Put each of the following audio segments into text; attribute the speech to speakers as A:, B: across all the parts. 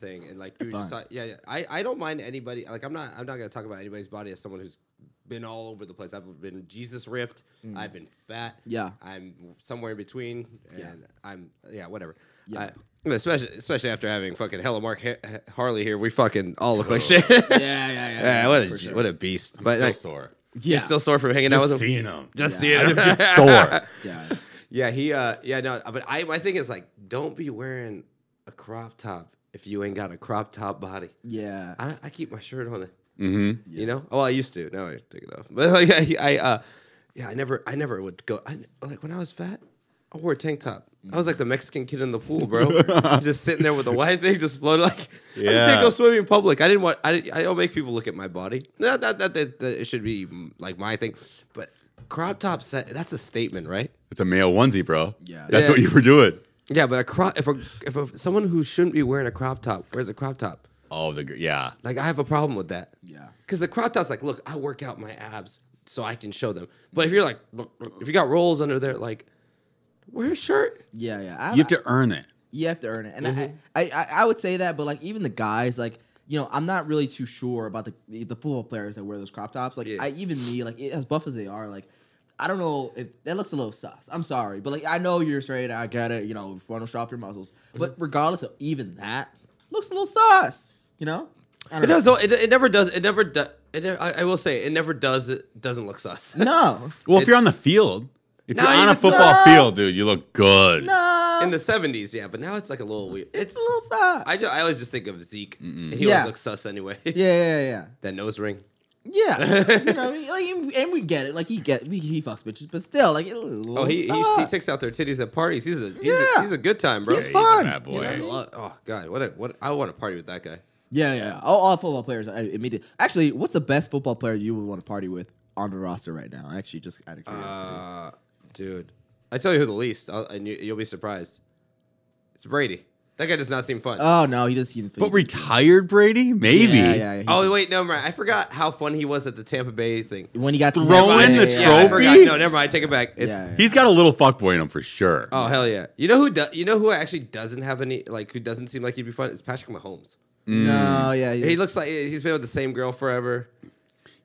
A: thing, and like you were just
B: Fine.
A: talk- yeah, yeah. I I don't mind anybody. Like I'm not I'm not gonna talk about anybody's body as someone who's been all over the place. I've been Jesus ripped. I've been fat.
B: Mm. Yeah.
A: I'm somewhere in between, and
B: Yeah.
A: I'm yeah, whatever.
B: Yeah.
A: I- especially especially after having fucking hella Mark ha- Harley here, we fucking all look like shit.
B: Oh. yeah, yeah, yeah.
A: Yeah, what a
B: for
A: g-
B: sure.
A: what a beast!
C: I'm
A: but
C: still
A: like,
C: sore.
B: yeah,
A: still sore from hanging out
C: Just
A: with him.
C: seeing them.
A: Just
B: Yeah.
A: seeing
C: I
A: him.
C: just get sore.
B: yeah.
A: Yeah, he. uh Yeah, no. But I, my thing is like, don't be wearing a crop top if you ain't got a crop top body.
B: Yeah.
A: I, I keep my shirt on it.
C: Mm-hmm.
A: You know. Well, I used to. Now I take it off. But like, I, I uh, yeah, I never, I never would go. I, like when I was fat, I wore a tank top. I was like the Mexican kid in the pool, bro. just sitting there with a white thing, just floating. Like I just
C: Yeah.
A: didn't go swimming in public. I didn't want. I, didn't- I don't make people look at my body. Not that, that that that it should be mm, like my thing, but crop top set. That's a statement, right?
C: It's a male onesie, bro.
B: Yeah.
C: That's
A: Yeah.
C: what you were doing.
A: Yeah, but a crop if a if a, someone who shouldn't be wearing a crop top wears a crop top,
C: Oh, the gr- yeah.
A: like I have a problem with that.
B: Yeah.
A: Because the crop top's like, look, I work out my abs so I can show them. But if you're like, look, look, if you got rolls under there, like, wear a shirt.
B: Yeah, yeah. I,
C: You have to earn it.
B: you have to earn it, and
A: Mm-hmm.
B: I, I, I would say that, but like even the guys, like you know, I'm not really too sure about the the football players that wear those crop tops. Like
A: Yeah.
B: I even me, like as buff as they are, like I don't know if that looks a little sus. I'm sorry, but like I know you're straight, I get it. You know, photoshop your muscles,
A: Mm-hmm.
B: but regardless of even that, looks a little sus. You know, I don't
A: It
B: know.
A: does. It, it never does. It never does. It, ne- I, I will say, it never does. It doesn't look sus.
B: No,
C: Well, if you're on the field, if
A: No,
C: you're on a
A: even
C: football
B: so-
C: field, dude, you look good.
B: no,
A: In the '70s, yeah, but now it's like a little weird.
B: it's a little sus.
A: I, ju- I always just think of Zeke. And he
B: Yeah.
A: always looks sus anyway.
B: yeah, yeah, yeah.
A: That nose ring.
B: Yeah, you know, I mean, like, and- and we get it. Like he get we, he fucks bitches, but still, like,
A: Oh, he, he he takes out their titties at parties. He's a he's,
B: Yeah.
A: a, he's a good time, bro.
B: He's
C: he's a
B: fun.
C: bad
B: you know what I
C: boy.
B: mean?
A: Lo- Oh God, what a what I want to party with that guy.
B: Yeah, yeah. yeah. All, all football players are immediate. Actually, what's the best football player you would want to party with on the roster right now? Actually, just out of curiosity.
A: Uh, dude, I tell you who the least, I'll, and you, you'll be surprised. It's Brady. That guy does not seem fun.
B: oh no, he doesn't. He,
C: But retired Brady, maybe.
B: Yeah, yeah, yeah.
A: oh wait, no, right. I forgot how fun he was at the Tampa Bay thing.
B: He- when he got to
C: Throwing the
A: Yeah, I
C: Trophy?
A: forgot. No, never mind. I take it back. It's
B: Yeah, yeah.
C: He's got a little fuckboy in him for sure.
A: oh hell yeah. You know who? Do, you know who actually doesn't have any like who doesn't seem like he'd be fun? It's Patrick Mahomes.
B: No, yeah,
A: Mm. He looks like he's been with the same girl forever.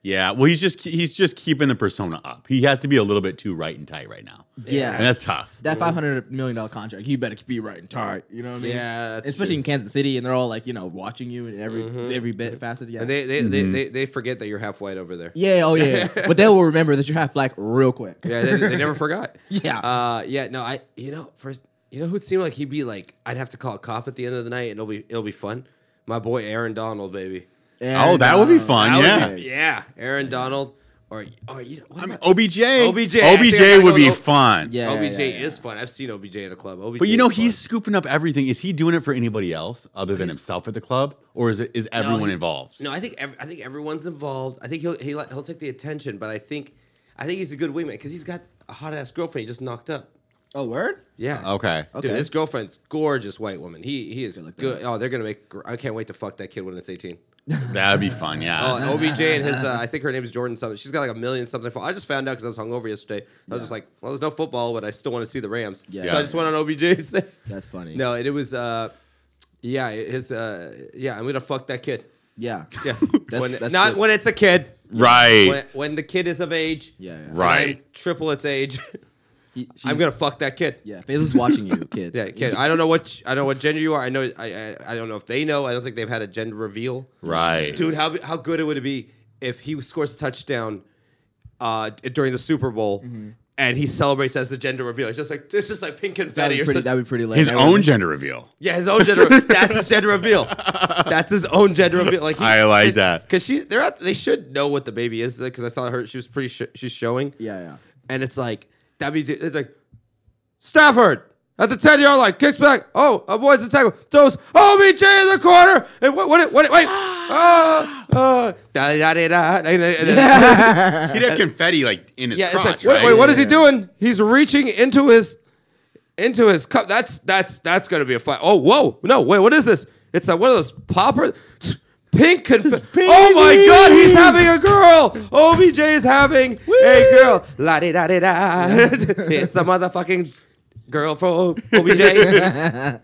C: Yeah, well, he's just he's just keeping the persona up. He has to be a little bit too right and tight right now,
B: yeah.
C: and that's tough.
B: that five hundred million dollar contract, you better be right and tight. You know what I mean?
A: Yeah, that's
B: especially
A: true.
B: in Kansas City, and they're all like, you know, watching you in every every bit facet. Yeah,
A: And they they, they, they they forget that you're half white over there.
B: Mm-hmm. Yeah, oh yeah. yeah. but they will remember that you're half black real quick.
A: Yeah, they, they never forgot.
B: Yeah.
A: Uh, yeah. No, I. You know, first, you know who it seemed like he'd be like. I'd have to call a cop at the end of the night, and it'll be it'll be fun. My boy Aaron Donald, baby.
B: And,
C: Oh, that would be
B: uh,
C: fun.
A: That
C: yeah,
A: would be- yeah. Aaron Donald, or or you know, what
C: I
A: am
C: mean,
A: I-
C: OBJ,
A: OBJ, I think I
C: OBJ
A: gotta
C: would
A: go
C: be
A: to-
C: fun.
B: Yeah.
A: OBJ
B: yeah.
A: is fun. I've seen OBJ at a club. OBJ,
C: But you know
A: is fun.
C: he's scooping up everything. Is he doing it for anybody else other than himself at the club, or is it is everyone
A: he-
C: involved?
A: No, I think ev- I think everyone's involved. I think he'll he, he'll take the attention, but I think I think he's a good wingman because he's got a hot ass girlfriend he just knocked up.
B: Oh, word?
A: Yeah.
C: Okay.
B: Okay.
A: Dude, his girlfriend's gorgeous white woman. He he is
B: look that
A: good. Oh, they're gonna make. gr- I can't wait to fuck that kid when it's eighteen.
C: That'd be fun. Yeah.
A: Oh, and OBJ and his. Uh, I think her name is Jordan something. She's got like a million something. fo- I just found out because I was hungover yesterday. I was just like, well, there's no football, but I still want to see the Rams.
B: Yeah.
A: So I just went on OBJ's thing.
B: That's funny.
A: No, and it was. Uh, yeah, his. Uh, yeah, I'm gonna fuck that kid.
B: Yeah.
A: Yeah, when,
B: that's
A: not
B: good.
A: when it's a kid. When,
C: right.
A: when the kid is of age.
B: Yeah. yeah.
C: Right.
A: and I'm triple its age.
B: He- she's-
A: I'm gonna fuck that kid.
B: Yeah, Basil's watching you, kid.
A: Yeah, kid. I don't know what I don't know what gender you are. I know I, I I don't know if they know. I don't think they've had a gender reveal.
C: Right.
A: Dude, how how good it would it be if he scores a touchdown uh, d- during the Super Bowl
B: Mm-hmm.
A: and he celebrates as the gender reveal? It's just like it's just like pink
B: That'd
A: confetti
B: be
A: or
B: pretty,
A: something.
B: that'd be pretty late.
C: His
B: That would
C: own
B: be-
C: gender reveal.
A: Yeah, his own gender. that's his gender reveal. That's his own gender reveal. Like he,
C: I like that.
A: because she they're at, they should know what the baby is because I saw her. She was pretty. Sh- she's showing.
B: Yeah, yeah.
A: and it's like that be it's like Stafford at the ten yard line kicks back. Oh, avoids the tackle. Throws OBJ in the corner. And what? What? What? Wait. Ah, ah, da, da, da, da, and then- and then-
C: He'd have confetti like in his
A: yeah, it's like
C: crotch,
A: wait,
C: right?
A: wait, what is he
B: Yeah.
A: doing? He's reaching into his into his cup. That's that's that's gonna be a fight. Oh, whoa, no, wait, what is this? It's a, one of those popper pink confetti. Oh my god, he's having a girl. OBJ is having a girl. La di da di da. It's the motherfucking girl for OBJ.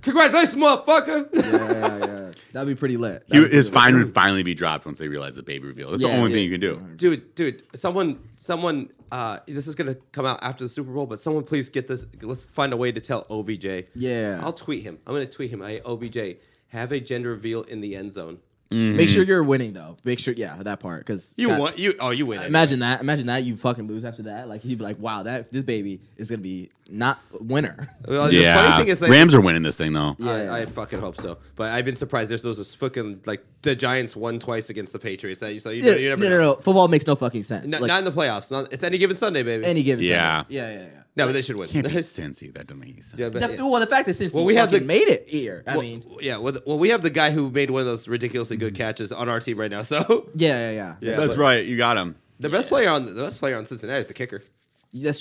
A: Congratulations, motherfucker.
B: yeah, yeah. That'd be pretty lit.
C: He,
B: That'd be
C: his
B: pretty lit.
C: fine would finally be dropped once they realize the baby reveal. That's the
B: Yeah,
C: only
B: yeah.
C: thing you can do.
A: dude, dude, someone, someone, uh, this is gonna come out after the Super Bowl, but someone please get this. Let's find a way to tell OBJ.
B: Yeah.
A: I'll tweet him. I'm gonna tweet him. Hey, OBJ, have a gender reveal in the end zone.
B: Make sure you're winning though. Make sure, yeah, that part because
C: You want you? Oh, you win. it.
B: Imagine that. Imagine that. You fucking lose after that. Like he'd be like, "Wow, that this baby is gonna be not a winner."
A: Well,
C: yeah,
A: The funny thing is, like,
C: Rams are winning this thing though.
B: Yeah.
A: I, I fucking hope so. But I've been surprised. There's those fucking like the Giants won twice against the Patriots. So you, so you,
B: Yeah,
A: you
B: no,
A: never
B: no,
A: know.
B: no. Football makes no fucking sense.
A: Not,
B: like
A: not in the playoffs. Not, it's any given Sunday, baby.
B: any given.
C: Yeah.
B: time. yeah, yeah, yeah.
A: no, but they should win.
C: Can't be Cincy. That doesn't make any sense.
A: Yeah, but-
B: The- Well, the fact that since
A: Well,
B: he
A: we have
B: fucking
A: the-
B: made it here, I
A: well,
B: mean, Mm-hmm.
A: yeah. Well, well, we have the guy who made one of those ridiculously good catches on our team right now. So
B: yeah, yeah, yeah.
A: Yeah.
C: That's
A: but-
C: right. You got him.
A: the best player on the best player on Cincinnati is the kicker.
B: That's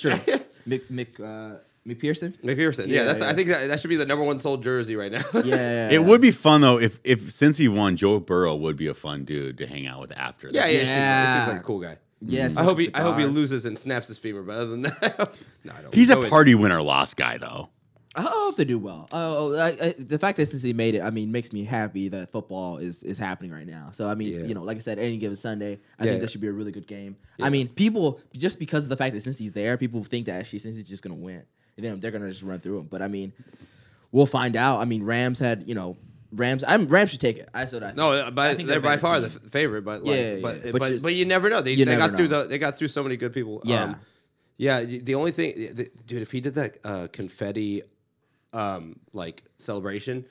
B: true. Mick, Mick, uh, McPherson.
A: McPherson. Yeah,
B: Yeah,
A: that's. I
B: yeah.
A: think that, that should be the number one sold jersey right now.
B: Yeah, yeah, yeah.
C: It would be fun though if if since he won, Joe Burrow would be a fun dude to hang out with after.
A: yeah, yeah.
C: that.
A: It seems, like, it
B: Yeah.
A: seems like a cool guy.
B: Yes.
A: I hope he. I
B: cigar.
A: hope he loses and snaps his femur. But other than that, no, I don't.
C: he's
A: no,
C: a
A: it-
C: party winner loss guy though.
B: I hope they do well. Oh, I, I, the fact that since he made it, I mean, makes me happy that football is is happening right now. So I mean,
A: Yeah.
B: you know, like I said, any given Sunday, I
A: Yeah,
B: think
A: yeah.
B: that should be a really good game. I mean, people just because of the fact that since he's there, people think that actually since he's just gonna win, and then they're gonna just run through him. But I mean, we'll find out. I mean, Rams had you know. Rams, I'm Rams should take it. I said that.
A: No, but
B: think
A: they're
B: they're
A: by
B: better
A: far the
B: team.
A: f- favorite. But like,
B: Yeah, yeah,
A: but
B: yeah.
A: But,
B: But
A: but,
B: just-
A: you never know. They,
B: you
A: they
B: never
A: got through
B: know.
A: the. They got through so many good people.
B: Yeah.
A: Um, yeah. y- The only thing, th- th- dude, if he did that uh, confetti, um, like celebration,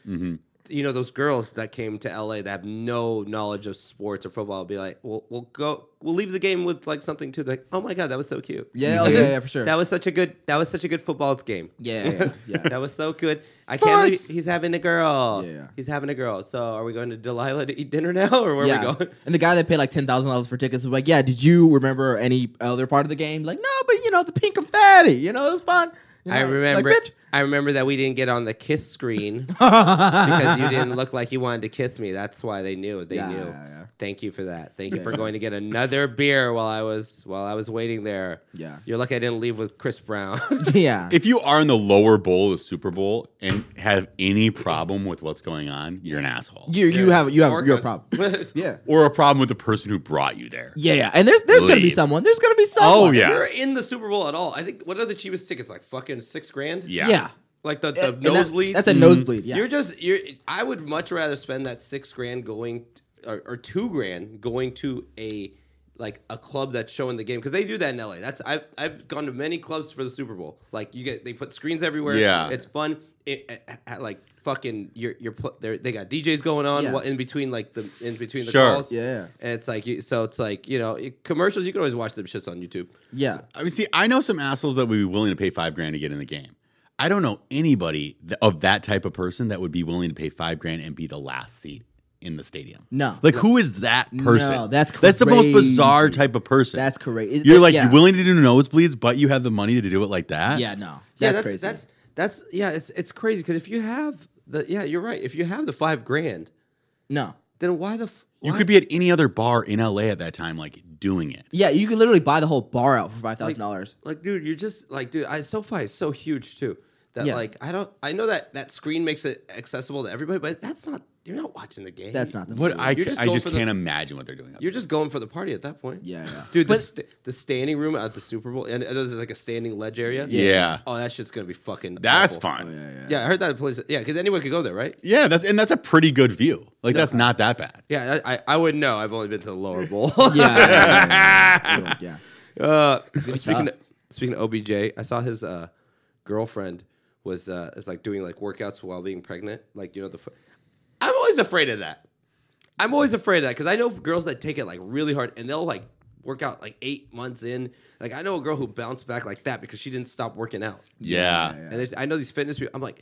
A: you know those girls that came to LA that have no knowledge of sports or football will be like, we'll we'll go, we'll leave the game with like something too. Like, oh my god, that was so cute.
B: Yeah, oh,
A: Like,
B: yeah, yeah, for sure.
A: That was such a good. That was such a good football game.
B: Yeah, yeah, yeah.
A: that was so good. I can't. Believe
B: Sports!
A: he's having a girl.
B: Yeah.
A: He's having a girl. So are we going to Delilah to eat dinner now, or where
B: yeah.
A: are we going?
B: And the guy that paid like ten thousand dollars for tickets was like, "Yeah, did you remember any other part of the game?" Like, no, but you know, the pink confetti. You know, it was fun. You
A: I
B: know,
A: remember.
B: Like, "Bitch,
A: I remember that we didn't get on the kiss screen because you didn't look like you wanted to kiss me. That's why they knew. They
B: Yeah,
A: knew.
B: yeah, yeah.
A: Thank you for that. Thank you for going to get another beer while I was while I was waiting there.
B: Yeah.
A: You're lucky I didn't leave with Chris Brown.
B: yeah.
C: If you are in the lower bowl of the Super Bowl and have any problem with what's going on, you're an asshole.
B: you you have you
A: Or
B: have you have a
A: cunt.
B: problem. yeah.
C: or a problem with the person who brought you there.
B: Yeah, yeah. And there's there's gonna be
C: Leave.
B: someone. There's gonna be someone.
C: Oh yeah.
A: If you're in the Super Bowl at all, I think what are the cheapest tickets? Like fucking six grand.
C: yeah,
B: Yeah. yeah.
A: Like the,
B: And-
A: the
B: Uh, and that-
A: nosebleed.
B: that's a nosebleed. Yeah.
A: You're just you're. I would much rather spend that six grand going or, or two grand going to a like a club that's showing the game because they do that in LA. That's I've I've gone to many clubs for the Super Bowl. Like you get they put screens everywhere.
C: Yeah.
A: it's fun. It, it- it- like fucking you're you're pl- they're- they got DJs going on
B: Yeah.
A: while in between like the in between the
C: Sure.
A: calls.
B: Yeah.
A: and it's like you, so it's like you know it- commercials. You can always watch them shits on YouTube.
B: yeah.
C: I mean, see, I know some assholes that would be willing to pay five grand to get in the game. I don't know anybody th- of that type of person that would be willing to pay five grand and be the last seat in the stadium.
B: No.
C: Like, who is that person?
B: No, that's
C: that's the most bizarre
B: crazy.
C: type of person.
B: That's crazy. It-
C: You're
B: it-
C: like
B: yeah.
C: you're willing to do nosebleeds, but you have the money to do it like that.
B: Yeah, no. That's
A: yeah, that's
B: crazy.
A: that's that's yeah, it's it's crazy because if you have the yeah, you're right. If you have the five grand,
B: no.
A: then why the f-
C: you
A: why-
C: could be at any other bar in LA at that time, like doing it.
B: Yeah, you could literally buy the whole bar out for five thousand dollars.
A: like, dude, you're just like, dude, I, SoFi is so huge too that
B: Yeah.
A: like I don't I know that that screen makes it accessible to everybody, but that's not you're not watching the game.
B: That's not the
C: What I,
A: You're just
C: I
A: going
C: just
A: for the-
C: can't imagine what they're doing. up
A: You're just going for the party at that point.
B: Yeah, yeah.
A: Dude, the,
B: But-
A: st- the standing room at the Super Bowl, and and there's like a standing ledge area.
C: there. yeah.
A: Oh, that shit's gonna be fucking.
C: That's
A: awful.
C: fun.
B: Oh, Yeah,
C: yeah.
B: yeah.
A: Yeah, I heard that place. Yeah, because anyone could go there, right?
C: that's and that's a pretty good view. Like that's not that bad.
A: Yeah, I, I- I would know. I've only been to the lower bowl.
B: Yeah. yeah, yeah, yeah, yeah.
A: Uh, speaking
B: tough.
A: of, speaking of OBJ, I saw his uh, girlfriend was uh, is like doing like workouts while being pregnant. Like you know the, f- I'm always afraid of that. I'm always afraid of that because I know girls that take it like really hard and they'll like work out like eight months in. Like I know a girl who bounced back like that because she didn't stop working out.
C: Yeah.
B: yeah.
A: And there's- I know these fitness people. I'm like,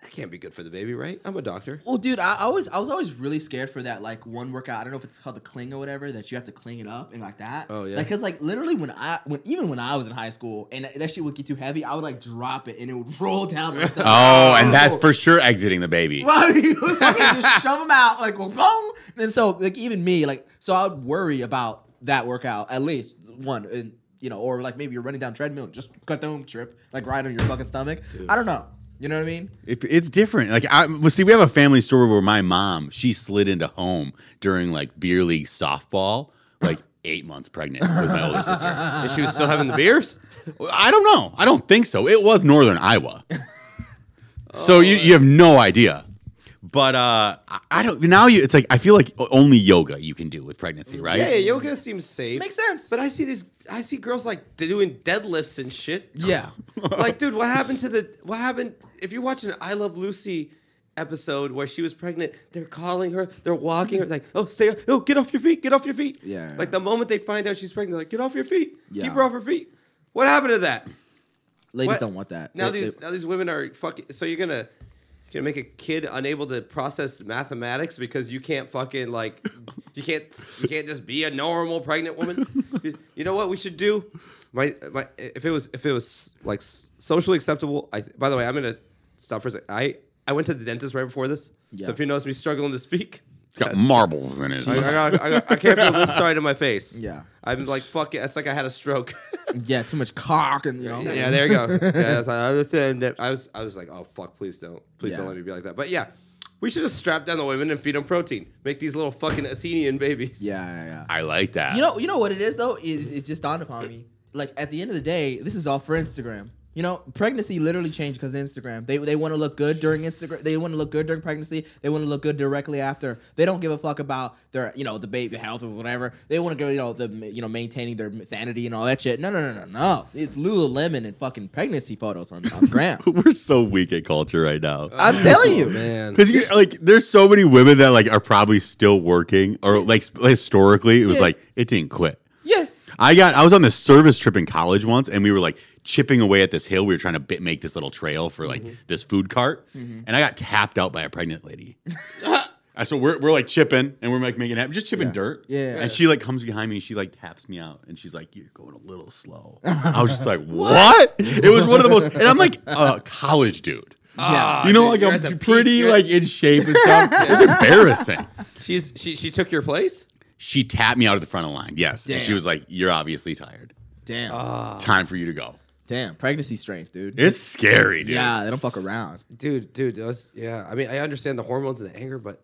A: that can't be good for the baby, right? I'm a doctor.
B: Well, dude, I, I was I was always really scared for that like one workout. I don't know if it's called the cling or whatever that you have to cling it up and like that.
A: Oh, yeah.
B: Like, cause like literally when I when even when I was in high school and that shit would get too heavy, I would like drop it and it would roll down. my stomach.
C: Oh, and that's for sure exiting the baby.
B: Right, you would fucking just shove them out like boom. And so like even me like so I would worry about that workout at least one and you know, or like maybe you're running down treadmill and just cut down trip, like ride on your fucking stomach. I don't know. You know what I mean?
C: It, it's different. Like I well, see, we have a family story where my mom she slid into home during like beer league softball, like eight months pregnant with my older sister.
A: And she was still having the beers?
C: I don't know. I don't think so. It was Northern Iowa, so you you have no idea. But uh, I, I don't now. You it's like I feel like only yoga you can do with pregnancy, right?
A: Yeah, yoga seems safe.
B: Makes sense.
A: But I see these I see girls like doing deadlifts and shit.
B: Yeah.
A: like, dude, what happened to the? What happened? If you're watching an I Love Lucy episode where she was pregnant, they're calling her, they're walking her, like, oh, stay, oh, get off your feet, get off your feet.
B: Yeah.
A: Like the moment they find out she's pregnant, they're like, get off your feet,
B: Yeah.
A: keep her off her feet. What happened to that?
B: Ladies
A: What-
B: don't want that.
A: Now
B: They-
A: these
B: they-
A: now these women are fucking. So you're gonna. you're Gonna make a kid unable to process mathematics because you can't fucking like you can't you can't just be a normal pregnant woman. You- you know what we should do? My my if it was if it was like s- socially acceptable. I by the way I'm gonna stop for a second. I I went to the dentist right before this,
B: Yeah.
A: so if you notice me struggling to speak,
C: It's got marbles in it.
A: I, I, got, I, got, I can't feel this side of my face.
B: Yeah.
A: I'm like fucking. It's like I had a stroke.
B: yeah, too much cock and you know.
A: Yeah, there you go. Yeah, I was like, I understand that. I was, I was like, oh fuck, please don't, please don't
B: Yeah.
A: let me be like that. But yeah, we should just strap down the women and feed them protein. Make these little fucking Athenian babies.
B: Yeah, yeah, yeah.
C: I like that.
B: You know, you know what it is though. It, it just dawned upon me. Like at the end of the day, this is all for Instagram. You know, pregnancy literally changed because Instagram. They they want to look good during Instagram. They want to look good during pregnancy. They want to look good directly after. They don't give a fuck about their you know the baby health or whatever. They want to go you know the you know maintaining their sanity and all that shit. No, no, no, no, no. It's Lululemon and fucking pregnancy photos on on gram.
C: we're so weak at culture right now.
B: I'm telling you,
A: Oh, man.
C: Because you like, there's so many women that like are probably still working, or like sp- historically, it was
B: Yeah.
C: like it didn't quit.
B: Yeah.
C: I got, I was on this service trip in college once, and we were like chipping away at this hill. We were trying to bit, make this little trail for like
A: Mm-hmm.
C: this food cart, and I got tapped out by a pregnant lady. I so we're, we're like chipping, and we're like making it happen, just chipping dirt.
B: Yeah.
C: and she like comes behind me, and she like taps me out, and she's like, "You're going a little slow." I was just like, "What?" it was one of the most, and I'm like a college dude.
A: Ah,
C: You know,
A: dude, you're at
C: like
A: the
C: I'm
A: peak,
C: pretty,
A: you're-
C: like in shape and stuff. It's embarrassing.
A: she's she she took your place.
C: She tapped me out of the front of the line. Yes, and she
B: Damn.
C: was like, "You're obviously tired.
B: Damn.
A: Ah.
C: Time for you to go."
B: Damn. Pregnancy strength, dude.
C: It's scary, dude.
B: Yeah, they don't fuck around.
A: Dude, dude, those, yeah. I mean, I understand the hormones and the anger, but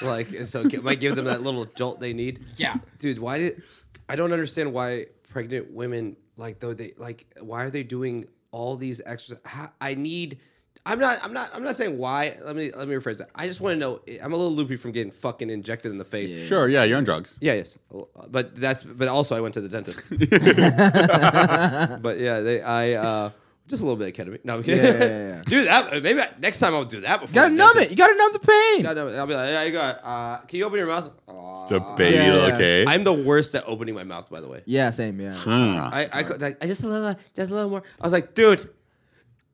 A: like, and so it might give them that little jolt they need.
B: Yeah.
A: dude, why did I don't understand why pregnant women like though they like why are they doing all these exercises? I need. I'm not. I'm not. I'm not saying why. Let me. Let me rephrase that. I just want to know. I'm a little loopy from getting fucking injected in the face. Yeah.
C: Sure. Yeah, you're on drugs.
A: Yes. uh, But that's. But also, I went to the dentist. but yeah, they. I. uh Just a little bit of ketamine. No, I'm kidding.
B: Yeah, yeah, yeah, yeah.
A: Dude, that, maybe I, next time I'll do that before.
B: You gotta
A: the
B: numb it.
A: dentist.
B: You gotta numb the pain.
A: God damn it. I'll be like, yeah, you got. Uh, can you open your mouth? Aw.
C: It's a baby,
B: Yeah.
C: little okay?
A: I'm the worst at opening my mouth, by the way.
B: yeah, same. Yeah.
C: Huh.
A: I, I, could- like, I just a little, just a little more. I was like, dude,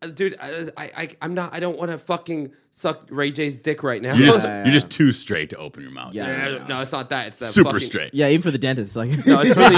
A: uh, dude, I, was- I, I I'm not. I don't want to fucking suck Ray J's dick right now.
C: you're just
B: Yeah.
C: you're just too straight to open your mouth.
B: Yeah.
A: Yeah, no, it's not that. It's that
C: Super
A: fucking-
C: straight.
B: Yeah, even for the dentist, like
A: No, it's really.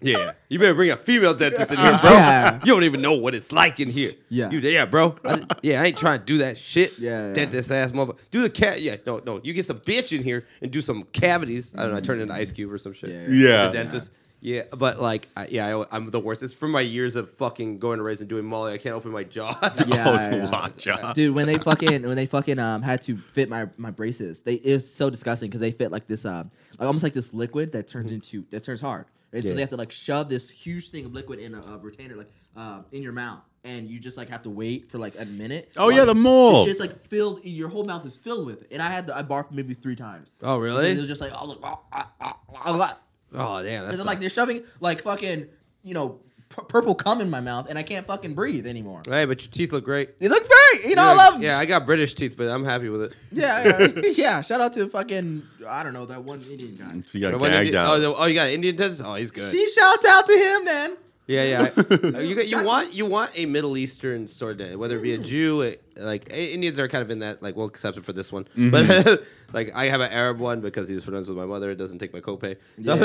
A: yeah, you better bring a female dentist in here, bro.
B: Yeah.
A: You don't even know what it's like in here.
B: Yeah.
A: you, yeah, bro. I, yeah, I ain't trying to do that shit.
B: Yeah, yeah.
A: dentist ass motherfucker. Do the cat. Yeah, no, no. You get some bitch in here and do some cavities. I don't know. I turn into Ice Cube or some shit.
B: Yeah.
C: Yeah.
A: the dentist. Yeah, but like, I, yeah, I, I'm the worst. It's from my years of fucking going to raise and doing Molly. I can't open my jaw.
B: Yeah,
C: oh, it's
B: yeah.
C: a lot,
A: Uh,
C: John.
B: dude when they fucking when they fucking um had to fit my my braces they it was so disgusting because they fit like this um like almost like this liquid that turns into that turns hard and
A: Mm-hmm.
B: so
A: Yeah.
B: they have to like shove this huge thing of liquid in a, a retainer like um in your mouth and you just like have to wait for like a minute
C: Oh,
B: while
C: yeah, the mold.
B: it's like filled your whole mouth is filled with it and I had to, I barfed maybe three times
A: Oh, really?
B: and it was just like oh look oh, ah, ah, ah, ah.
A: oh damn, that's
B: Because I'm like, they're shoving like fucking, you know, pu- purple cum in my mouth, and I can't fucking breathe anymore.
A: hey, but your teeth look great.
B: They look great. You know, I love them.
A: Yeah, I got British teeth, but I'm happy with it.
B: yeah, yeah, yeah. Shout out to fucking, I don't know, that one Indian guy.
C: So you got
A: But when
C: gagged
A: did you- oh,
C: out.
A: the- oh, you got an Indian dentist. Oh, he's good.
B: She shouts out to him, then.
A: Yeah, yeah. I- you got- you want you want a Middle Eastern sort of whether it be a
B: Mm.
A: Jew, a, like I- Indians are kind of in that like well, except for this one,
B: Mm-hmm.
A: but like I have an Arab one because he's friends with my mother. It doesn't take my copay. So,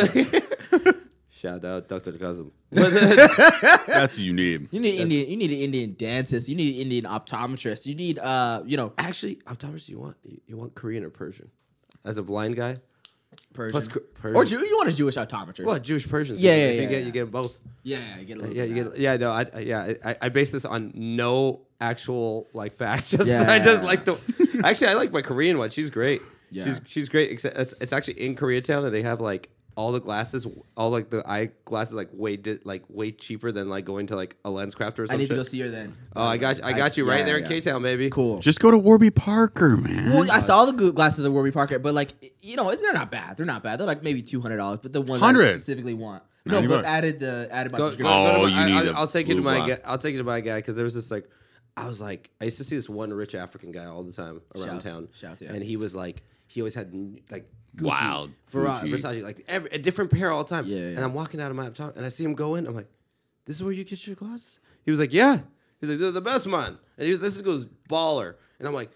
A: shout out Dr. Kazim. But, uh,
C: That's what you need.
B: You need Indian. You need an Indian dentist. You need an Indian optometrist. You need, uh, you know,
A: actually, optometrist, you want you want Korean or Persian? As a blind guy,
B: Persian.
A: Plus, cr- Persian.
B: Or Jew? You want a Jewish optometrist?
A: Well, Jewish Persians.
B: Yeah,
A: if you-
B: yeah,
A: if you
B: yeah,
A: get
B: yeah.
A: you get 'em both.
B: Yeah, yeah, you get a little
A: Yeah,
B: bit
A: you
B: of
A: get, yeah, no, I, I- yeah, I, I base this on no actual like fact. Just
B: Yeah.
A: I just like the. Actually, I like my Korean one. She's great.
B: Yeah.
A: She's she's great. Except it's, it's actually in Koreatown, and they have like all the glasses, all like the eye glasses, like way di- like way cheaper than like going to like a lens crafter or
B: that. I
A: something.
B: need to go see her then.
A: Oh, I got I got you right
B: yeah,
A: there
B: yeah.
A: in K Town, baby.
B: Cool.
C: Just go to Warby Parker, man.
B: Well, I saw the gl- glasses at Warby Parker, but like, you know, they're not bad. They're not bad. They're like maybe two hundred dollars, but the ones I
C: 100.
B: specifically want. No,
C: 90
B: but
C: bucks.
B: added the added my
A: Go, go,
B: prescription.
A: go to
C: Oh,
A: my,
C: you
A: I,
C: need
A: I,
C: the
A: I'll take you to
C: blue
A: my
C: block.
A: guy. I'll take you to my guy because there was this like, I was like, I used to see this one rich African guy all the time around
B: Shouts-
A: town,
B: shouts, yeah.
A: and he was like, he always had n- like Gucci,
C: Wow,
A: Vera-
C: Gucci.
A: Versace, like every, a different pair all the time.
B: Yeah, yeah.
A: And I'm walking out of my top, and I see him go in. I'm like, this is where you get your glasses. He was like, yeah. He's like, they're the best man, and he was, this goes baller, and I'm like,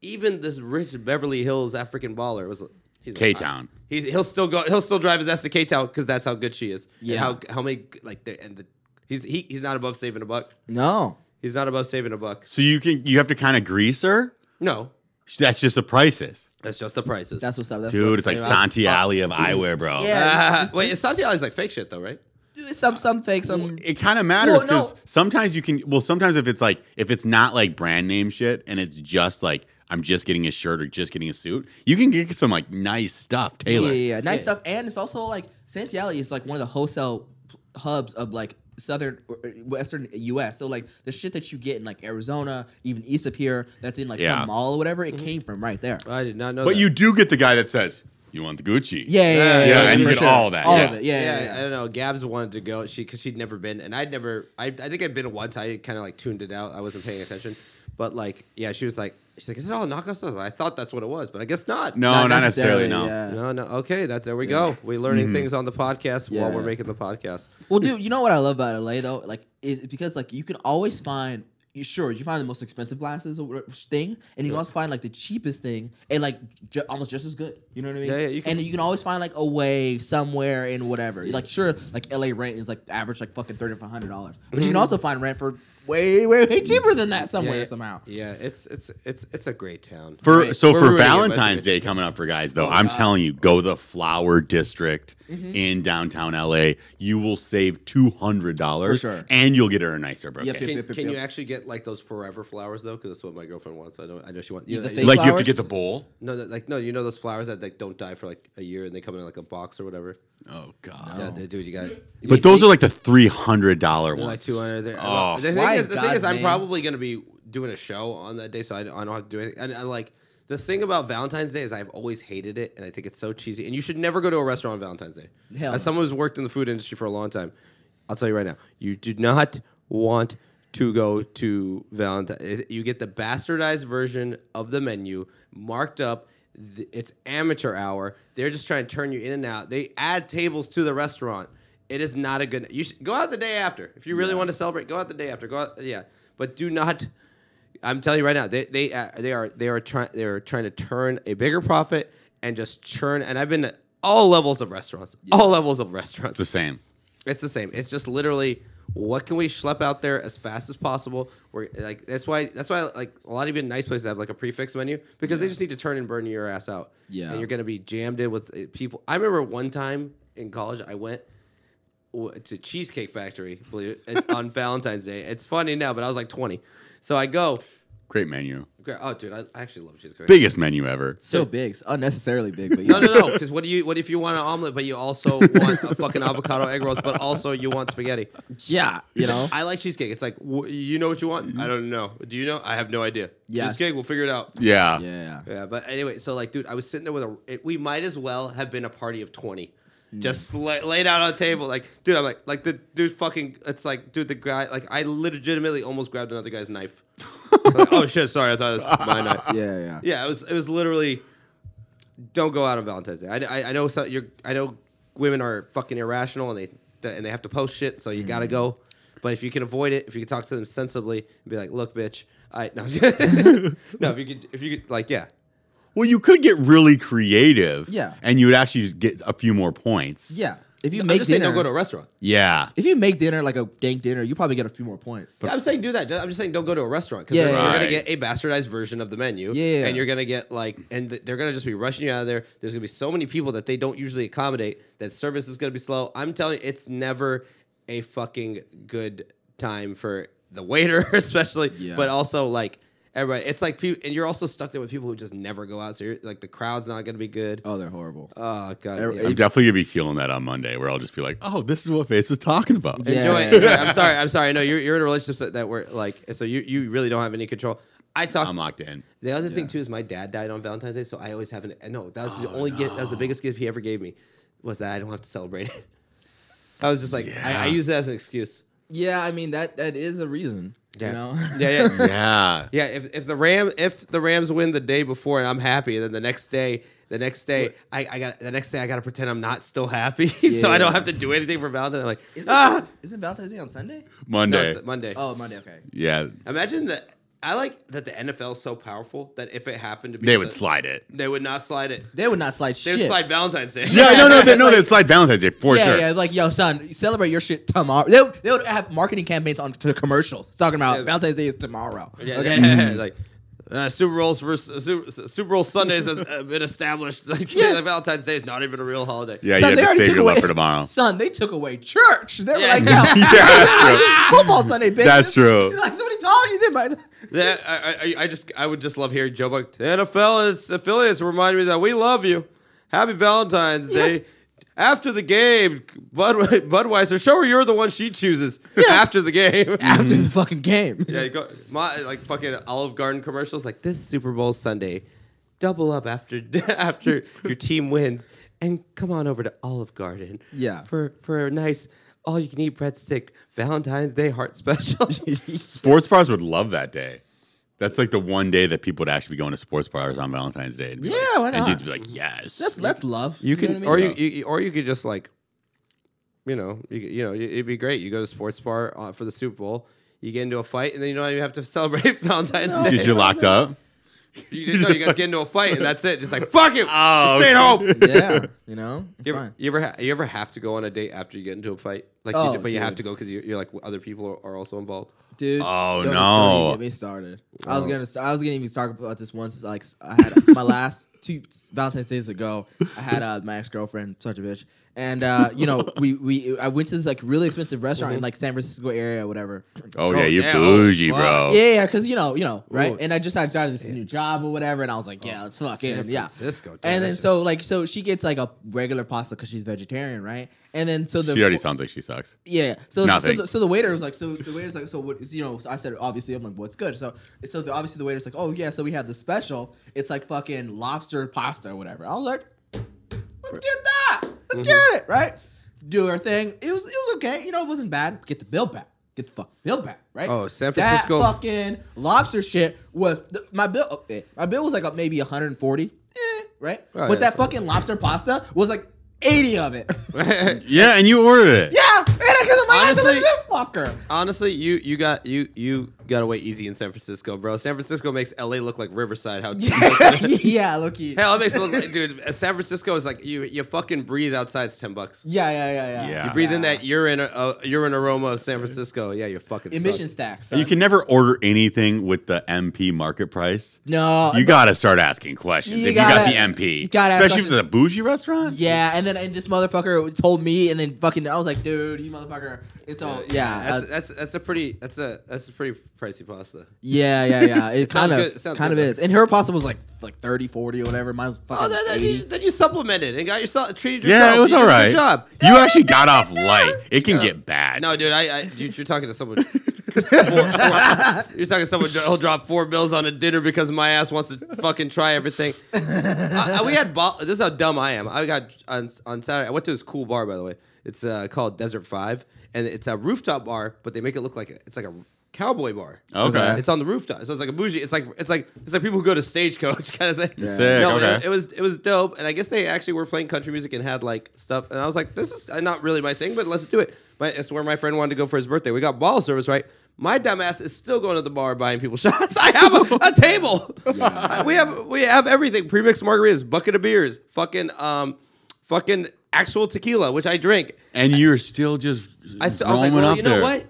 A: even this rich Beverly Hills African baller was. he's like,
C: K Town.
A: He's, he'll still go. He'll still drive his ass to K Town because that's how good she is. Yeah.
B: Yeah.
A: how how many like the and the he's he, he's not above saving a buck.
B: No,
A: He's not above saving a buck.
C: So you can you have to kind of grease her.
A: No,
C: That's just the prices,
A: that's just the prices.
B: that's what's up. That's
C: dude.
B: what-
C: It's like
B: yeah.
C: Santi Alley of eyewear, bro.
B: Yeah.
A: Ah,
B: this-
A: wait, Santiago is like fake shit though, right?
B: some some fake some.
C: It kind of matters
B: Mm. Well, no.
C: because sometimes you can. Well, sometimes if it's like if it's not like brand name shit and it's just like I'm just getting a shirt or just getting a suit, you can get some like nice stuff
B: Yeah,
C: tailored.
B: yeah, yeah, nice
A: Yeah.
B: stuff. And it's also like Santiago is like one of the wholesale p- hubs of like southern or- or western U.S. So like the shit that you get in like Arizona, even east of here, that's in like
C: Yeah.
B: some mall or whatever, it came from right there.
A: I did not know.
C: But
A: that.
C: you do get the guy that says you want the Gucci.
B: Yeah, yeah, yeah,
A: Yeah,
B: yeah,
A: yeah,
B: yeah,
A: and you
B: for
A: get
B: sure.
C: all that,
B: all
C: yeah.
B: of it. Yeah, yeah,
A: yeah,
B: yeah.
A: I don't know. Gabs wanted to go. She because she'd never been, and I'd never. I, I think I'd been once. I kind of like tuned it out. I wasn't paying attention. But like, yeah, she was like, she's like, is it all knockoffs? I was like, I thought that's what it was, but I guess not.
C: No,
B: Not
C: not, necessarily.
B: necessarily,
C: no.
B: yeah.
A: No, no. Okay, that's there we go. We're learning
C: Mm-hmm.
A: things on the podcast while
B: Yeah.
A: we're making the podcast.
B: Well, dude, you know what I love about LA though, like, is because like you can always find. you- Sure, you find the most expensive glasses or whatever thing, and you can also find like the cheapest thing, and like ju- almost just as good. You know what I mean?
A: Yeah, yeah, you can-
B: and you can always find like a way somewhere in whatever. Like, sure, like LA rent is like average like fucking thirty five hundred dollars, but you can also find rent for way, way, way cheaper than that somewhere
A: Mm-hmm. yeah.
B: somehow.
A: Yeah, it's it's it's it's a great town.
C: For
B: Right.
C: so
A: We're
C: for
A: ruining it, but it's
C: Valentine's
A: okay.
C: Day coming up for guys
B: Oh,
C: though, I'm telling you, go to the Flower District
B: Mm-hmm.
C: in downtown LA. You will save two hundred dollars,
B: For sure.
C: and you'll get her a nicer bouquet.
B: Yep, yep,
A: Can,
B: yep, yep,
A: can you
B: yep.
A: actually get like those forever flowers though? Because that's what my girlfriend wants. I don't. I know she wants.
B: You
A: You know,
B: the
A: that-
B: fake-
C: Like you have to
B: flowers?
C: get the bowl.
A: no, that- like no. You know those flowers that like don't die for like a year and they come in like a box or whatever.
C: Oh god!
A: Yeah, they, dude, you got.
C: But those are like the three hundred dollar ones.
A: like two hundred.
C: Oh.
A: the thing
B: Why
A: is, the thing
B: God's
A: is, I'm
B: name?
A: probably gonna be doing a show on that day, so I, I don't have to do anything. And I like the thing about Valentine's Day is I've always hated it, and I think it's so cheesy. And you should never go to a restaurant on Valentine's Day.
B: Hell
A: As
B: no.
A: someone who's worked in the food industry for a long time, I'll tell you right now, you do not want to go to Valentine. You get the bastardized version of the menu, marked up. Th- It's amateur hour. They're just trying to turn you in and out. They add tables to the restaurant. It is not a good. You should go out the day after if you really want to celebrate. Go out the day after. Go out. Yeah, but do not. I'm telling you right now, they they uh, they are they are trying they are trying to turn a bigger profit and just churn. And I've been to all levels of restaurants, all levels of restaurants.
C: It's the same.
A: It's the same. It's just literally what can we schlep out there as fast as possible. We're like that's why that's why like a lot of even nice places have like a prefix menu because they just need to turn and burn your ass out.
B: Yeah.
A: and you're gonna be jammed in with uh, people. I remember one time in college I went w- to Cheesecake Factory believe it, on Valentine's Day. It's funny now, but I was like 20, so I go.
C: Great menu,
A: Gra- Oh, dude, I, I actually love cheesecake.
C: biggest menu ever.
B: So big, it's unnecessarily big, but yeah.
A: No, no, no. Because what do you? What if you want an omelet, but you also want a fucking avocado egg rolls, but also you want spaghetti?
B: yeah, you know.
A: I like cheesecake. It's like wh- you know what you want. I don't know. Do you know? I have no idea.
B: Yeah.
A: Cheesecake. We'll figure it out.
C: Yeah.
B: yeah,
A: Yeah, but anyway, so like, dude, I was sitting there with a. It, we might as well have been a party of twenty, just la- laid out on a table. Like, dude, I'm like, like the dude, fucking. It's like, dude, the guy, like, I legitimately almost grabbed another guy's knife. Like, oh shit! Sorry, I thought it was my knife.
B: yeah, yeah.
A: Yeah, it was it was literally don't go out on Valentine's Day. I, I, I know so you're I know women are fucking irrational and they and they have to post shit, so you gotta
B: Mm.
A: go. But if you can avoid it, if you can talk to them sensibly and be like, "Look, bitch, I no, no, if you could, if you could, like, yeah,
C: Well, you could get really creative.
B: Yeah.
C: And you would actually get a few more points.
B: yeah. If you
A: I'm
B: make
A: just saying
B: dinner,
A: don't go to a restaurant.
C: Yeah.
B: if you make dinner like a dank dinner, you probably get a few more points.
A: I'm saying do that. I'm just saying don't go to a restaurant because
B: Yeah,
A: you're
C: yeah,
A: going
C: yeah.
A: to get a bastardized version of the menu.
B: Yeah.
A: And you're going to get like, and th- they're going to just be rushing you out of there. There's going to be so many people that they don't usually accommodate that service is going to be slow. I'm telling you, it's never a fucking good time for the waiter, especially,
B: Yeah.
A: but also like everybody. It's like, people, and you're also stuck there with people who just never go out. So you're like, the crowd's not going to be good.
B: Oh, they're horrible.
A: Oh, God.
B: Every-
A: yeah.
C: I'm definitely gonna be feeling that on Monday, where I'll just be like, "Oh, this is what Face was talking about."
B: Yeah.
A: Enjoy. it. I'm sorry. I'm sorry. No, you're, you're in a relationship that- that we're like, so you, you really don't have any control. I talked
C: I'm locked in.
A: The other thing too is my dad died on Valentine's Day, so I always have an. uh, No, that was the
C: Oh,
A: only gift. That was the biggest gift he ever gave me, was that I don't have to celebrate it. I was just like, I,
C: Yeah.
A: I use that as an excuse.
B: Yeah, I mean that that is a reason.
A: Yeah,
B: You know?
A: yeah, yeah,
C: Yeah.
A: yeah. If, if the Ram if the Rams win the day before and I'm happy, then the next day, the next day, I, I got the next day I got to pretend I'm not still happy, so I don't
B: yeah.
A: have to do anything for Valentine's. Like,
B: Isn't,
A: ah,
B: isn't Valentine's Day on Sunday?
A: no,
C: Monday.
A: it's Monday.
B: Oh, Monday. Okay.
C: yeah.
A: Imagine that. I like that the NFL is so powerful that if it happened to be,
C: They would
A: Sun-
C: slide it.
A: They would not slide it.
B: They would not slide
A: They
B: shit.
A: would slide Valentine's Day.
C: Yeah, no, no, they, no, they'd slide Valentine's Day for
B: yeah,
C: sure.
B: yeah, like yo, son, celebrate your shit tomorrow. They, would- they would have marketing campaigns on to the commercials talking about
A: Yeah.
B: Valentine's Day is tomorrow.
A: Yeah,
B: okay, Mm.
A: yeah, yeah, like uh, Super Bowls versus uh, Super, Super Bowl Sundays have, have been established. Like,
B: Yeah.
A: like, Valentine's Day is not even a real holiday.
C: Yeah, you have to save your love for tomorrow.
B: Son, they took away church. They were
A: Yeah.
B: like, yo,
C: yeah, that's true.
B: it's football Sunday, bitch.
C: That's true.
B: Like somebody talking to them.
A: Yeah, I, I, I just I would just love hearing Joe Buck. The NFL and its affiliates remind me that we love you. Happy Valentine's Day. After the game, Bud, Budweiser, show her you're the one she chooses after the game.
B: After
C: Mm-hmm.
B: the fucking game.
A: yeah, you go, my, like fucking Olive Garden commercials, like this Super Bowl Sunday, double up after after your team wins, and come on over to Olive Garden.
B: Yeah.
A: for for a nice all you can eat breadstick Valentine's Day heart special.
C: Sports bars would love that day. That's like the one day that people would actually be going to sports bars on Valentine's Day. and be
B: Yeah,
C: like,
B: why
C: And
B: not?
C: dudes would be like, yes.
B: That's that's love.
A: you
B: know
A: can
B: what I mean?
A: or you, you or you could just like, you know, you, you know, it'd be great. You go to sports bar uh, for the Super Bowl. You get into a fight, and then you don't even have to celebrate Valentine's
B: No.
A: Day.
C: because you're locked up.
A: You, just, no, you guys get into a fight, and that's it. Just like fuck it,
C: Oh,
A: stay at home.
C: okay.
B: yeah, you know, it's
A: You ever,
B: fine.
A: you ever ha- you ever have to go on a date after you get into a fight? Like, you
B: Oh,
A: d- but you have
B: dude.
A: to go because you're, you're like other people are, are also involved.
B: dude.
C: Oh,
B: don't-
C: no.
B: Don't even get me started. I was
A: Oh.
B: gonna. st- I was gonna even talk about this once. Like I had my last two Valentine's days ago. I had uh, my ex girlfriend, such a bitch, and uh, you know we we I went to this like really expensive restaurant in like San Francisco area, whatever.
C: Oh, yeah, you're
A: damn. Oh,
C: bougie,
A: fuck.
C: bro.
B: Yeah, yeah, because you know, you know, right?
A: Ooh, Oh,
B: and I just had started this new job or whatever, and I was like, yeah, let's fucking
A: San
B: yeah.
A: Francisco, damn,
B: and then
A: that's
B: so like so she gets like a regular pasta because she's vegetarian, right? And then so the
C: She already sounds like she sucks.
B: Yeah. So, so,
C: Nothing.
B: the, so the waiter was like, so the waiter's like, so what? You know, so I said, obviously, I'm like, what's good? So, so the, obviously the waiter's like, oh yeah, so we have the special. It's like fucking lobster pasta or whatever. I was like, let's get that.
A: Mm-hmm.
B: Let's get it right. Do her thing. It was it was okay. You know, it wasn't bad. Get the bill back. Get the fuck bill back. Right.
A: Oh, San Francisco-
B: That fucking lobster shit was the, my bill. oh, eh, my bill was like up maybe 140. Eh, right.
A: Oh,
B: but
A: yeah,
B: that
A: so-
B: fucking lobster pasta was like 80 of it.
C: Yeah, and you ordered it.
B: Yeah, and because I'm like,
A: Honestly-
B: Honestly, this fucker.
A: Honestly, you you got you you got away easy in San Francisco, bro. San Francisco makes LA look like Riverside. How cheap it is.
B: yeah, Loki.
A: hell it makes it look like, dude. uh, San Francisco is like you you fucking breathe outside. It's ten bucks.
B: Yeah, yeah, yeah, yeah.
C: Yeah.
A: You breathe in that urine uh, urine aroma of San Francisco. Yeah, you're fucking suck.
B: emission stacks.
C: You can never order anything with the MP market price.
B: no.
C: You gotta start asking questions
B: You
C: if
B: gotta-
C: you got the MP.
B: you gotta ask
C: Especially if it's
B: questions.
C: a bougie restaurant.
B: yeah, and then and this motherfucker told me, and then fucking I was like, dude, you motherfucker. It's all yeah,
A: that's
B: uh,
A: that's that's a pretty that's a that's a pretty pricey pasta.
B: yeah, yeah, yeah. It
A: sounds
B: kind of
A: good. It sounds
B: kind
A: good,
B: of is. And her pasta was like like 30, 40 or whatever. Mine was fucking
A: Oh, then, then,
B: 80.
A: you, then you supplemented and got yourself treated yourself.
C: Yeah, it was
A: You did
C: all
A: a good
C: right.
A: job.
C: You actually got off light. It can get bad.
A: No, dude, I, I you, you're talking to someone. four, four- you're talking to someone who'll drop four bills on a dinner because my ass wants to fucking try everything. I, I- we had ball, this is how dumb I am. I got on on Saturday. I went to this cool bar by the way. It's uh, called Desert Five, and it's a rooftop bar, but they make it look like a, it's like a cowboy bar.
C: Okay.
A: It's on the rooftop, so it's like a bougie. It's like it's like it's like people who go to stagecoach kind of thing.
C: Sick.
A: No,
C: okay.
A: it, it was it was dope, and I guess they actually were playing country music and had like stuff, and I was like, this is uh, not really my thing, but let's do it. My, it's where my friend wanted to go for his birthday. We got bottle service, right? My dumbass is still going to the bar buying people shots. I have a, a table. we have we have everything: premixed margaritas, bucket of beers, fucking um, fucking actual tequila, which I drink.
C: and you're still just
A: I, st- I was like,
C: roaming
A: well,
C: up
A: you know
C: there.
A: what?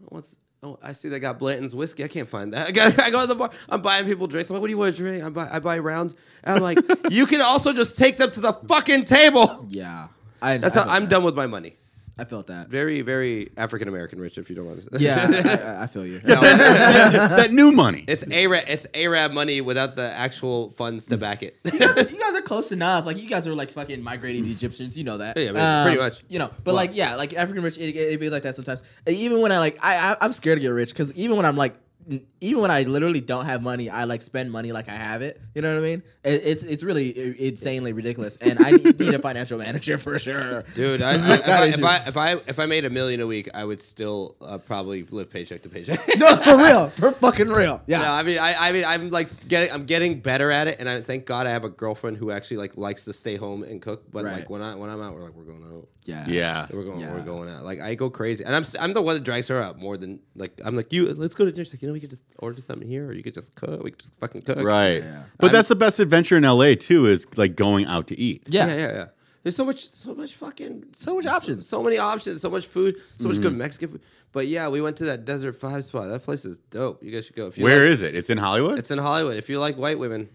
A: What's Oh, I see they got Blanton's whiskey. I can't find that. I, got, I go to the bar. I'm buying people drinks. I'm like, what do you want to drink? I buy, I buy rounds. And I'm like, you can also just take them to the fucking table.
B: Yeah. I,
A: That's
B: I
A: how
B: felt
A: I'm
B: that.
A: done with my money.
B: I felt that.
A: Very, very African American rich, if you don't mind.
B: Yeah, I, I- I feel you.
C: that new money.
A: it's Arab, it's Arab money without the actual funds to back it.
B: you, guys are, you guys are close enough. Like you guys are like fucking migrating Egyptians. You know that. Um,
A: Yeah, I mean, pretty much.
B: You know, but like yeah, like African rich, it, it, would be like that sometimes. And Even when I like, I, I I'm scared to get rich because even when I'm like, n- even when I literally don't have money, I like spend money like I have it. You know what I mean? It, it's it's really i- insanely ridiculous, and I need, need a financial manager for sure.
A: Dude, I, I,
B: Got
A: if, I, if,
B: issues.
A: I, if I if I made a million a week, I would still uh, probably live paycheck to paycheck.
B: No, for real, for fucking real. Yeah.
A: No, I mean, I, I mean, I'm like getting, I'm getting better at it, and I thank God I have a girlfriend who actually like likes to stay home and cook. But like
B: Right.
A: when I when I'm out, we're like we're going out,
B: Yeah.
C: yeah.
A: we're going, we're
B: Yeah.
A: going out. Like I go crazy, and I'm s- I'm the one that drags her out more than like I'm like you. Let's go to dinner. She's like you know we could just order something here, or you could just cook. We could just fucking cook.
C: Right.
B: Yeah.
C: But that's the best adventure in LA too is like going out to eat.
A: Yeah, yeah, yeah. There's so much, so much fucking, so much
B: options.
A: so, many options, so much food, so much
C: Mm-hmm.
A: good Mexican food. But yeah, we went to that Desert Five spot. That place is dope. You guys should go. If you
C: Where
A: like,
C: is it? It's in Hollywood?
A: It's in Hollywood. If you like white women,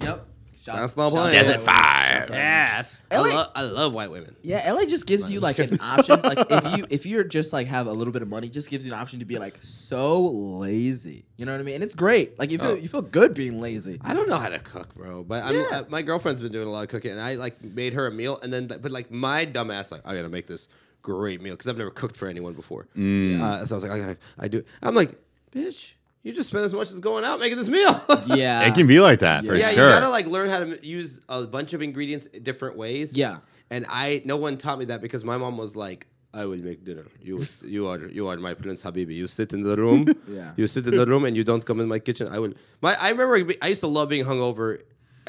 B: Yep. Shots-
A: That's not
B: shots
A: playing. Desert
B: fired.
C: Five.
A: Yes. I,
B: LA
A: lo- I love white women.
B: Yeah, LA just gives you like an option. Like if you if you're just like have a little bit of money, just gives you an option to be like so lazy. You know what I mean? And it's great. Like you feel
A: Oh.
B: you feel good being lazy.
A: I don't know how to cook, bro. But I'm,
B: Yeah.
A: uh, my girlfriend's been doing a lot of cooking, and I like made her a meal, and then but like my dumbass like I gotta make this great meal because I've never cooked for anyone before.
C: Mm.
A: Uh, so I was like, I gotta, I do. I'm like, bitch, you just spent as much as going out making this meal.
B: Yeah.
C: it can be like that for
A: uh, yeah,
C: sure.
A: you gotta like learn how to m- use a bunch of ingredients different ways.
B: Yeah.
A: and I no one taught me that because my mom was like. I will make dinner. You you are you are my prince Habibi. You sit in the room.
B: Yeah.
A: You sit in the room and you don't come in my kitchen. I will. My I remember be- I used to love being hungover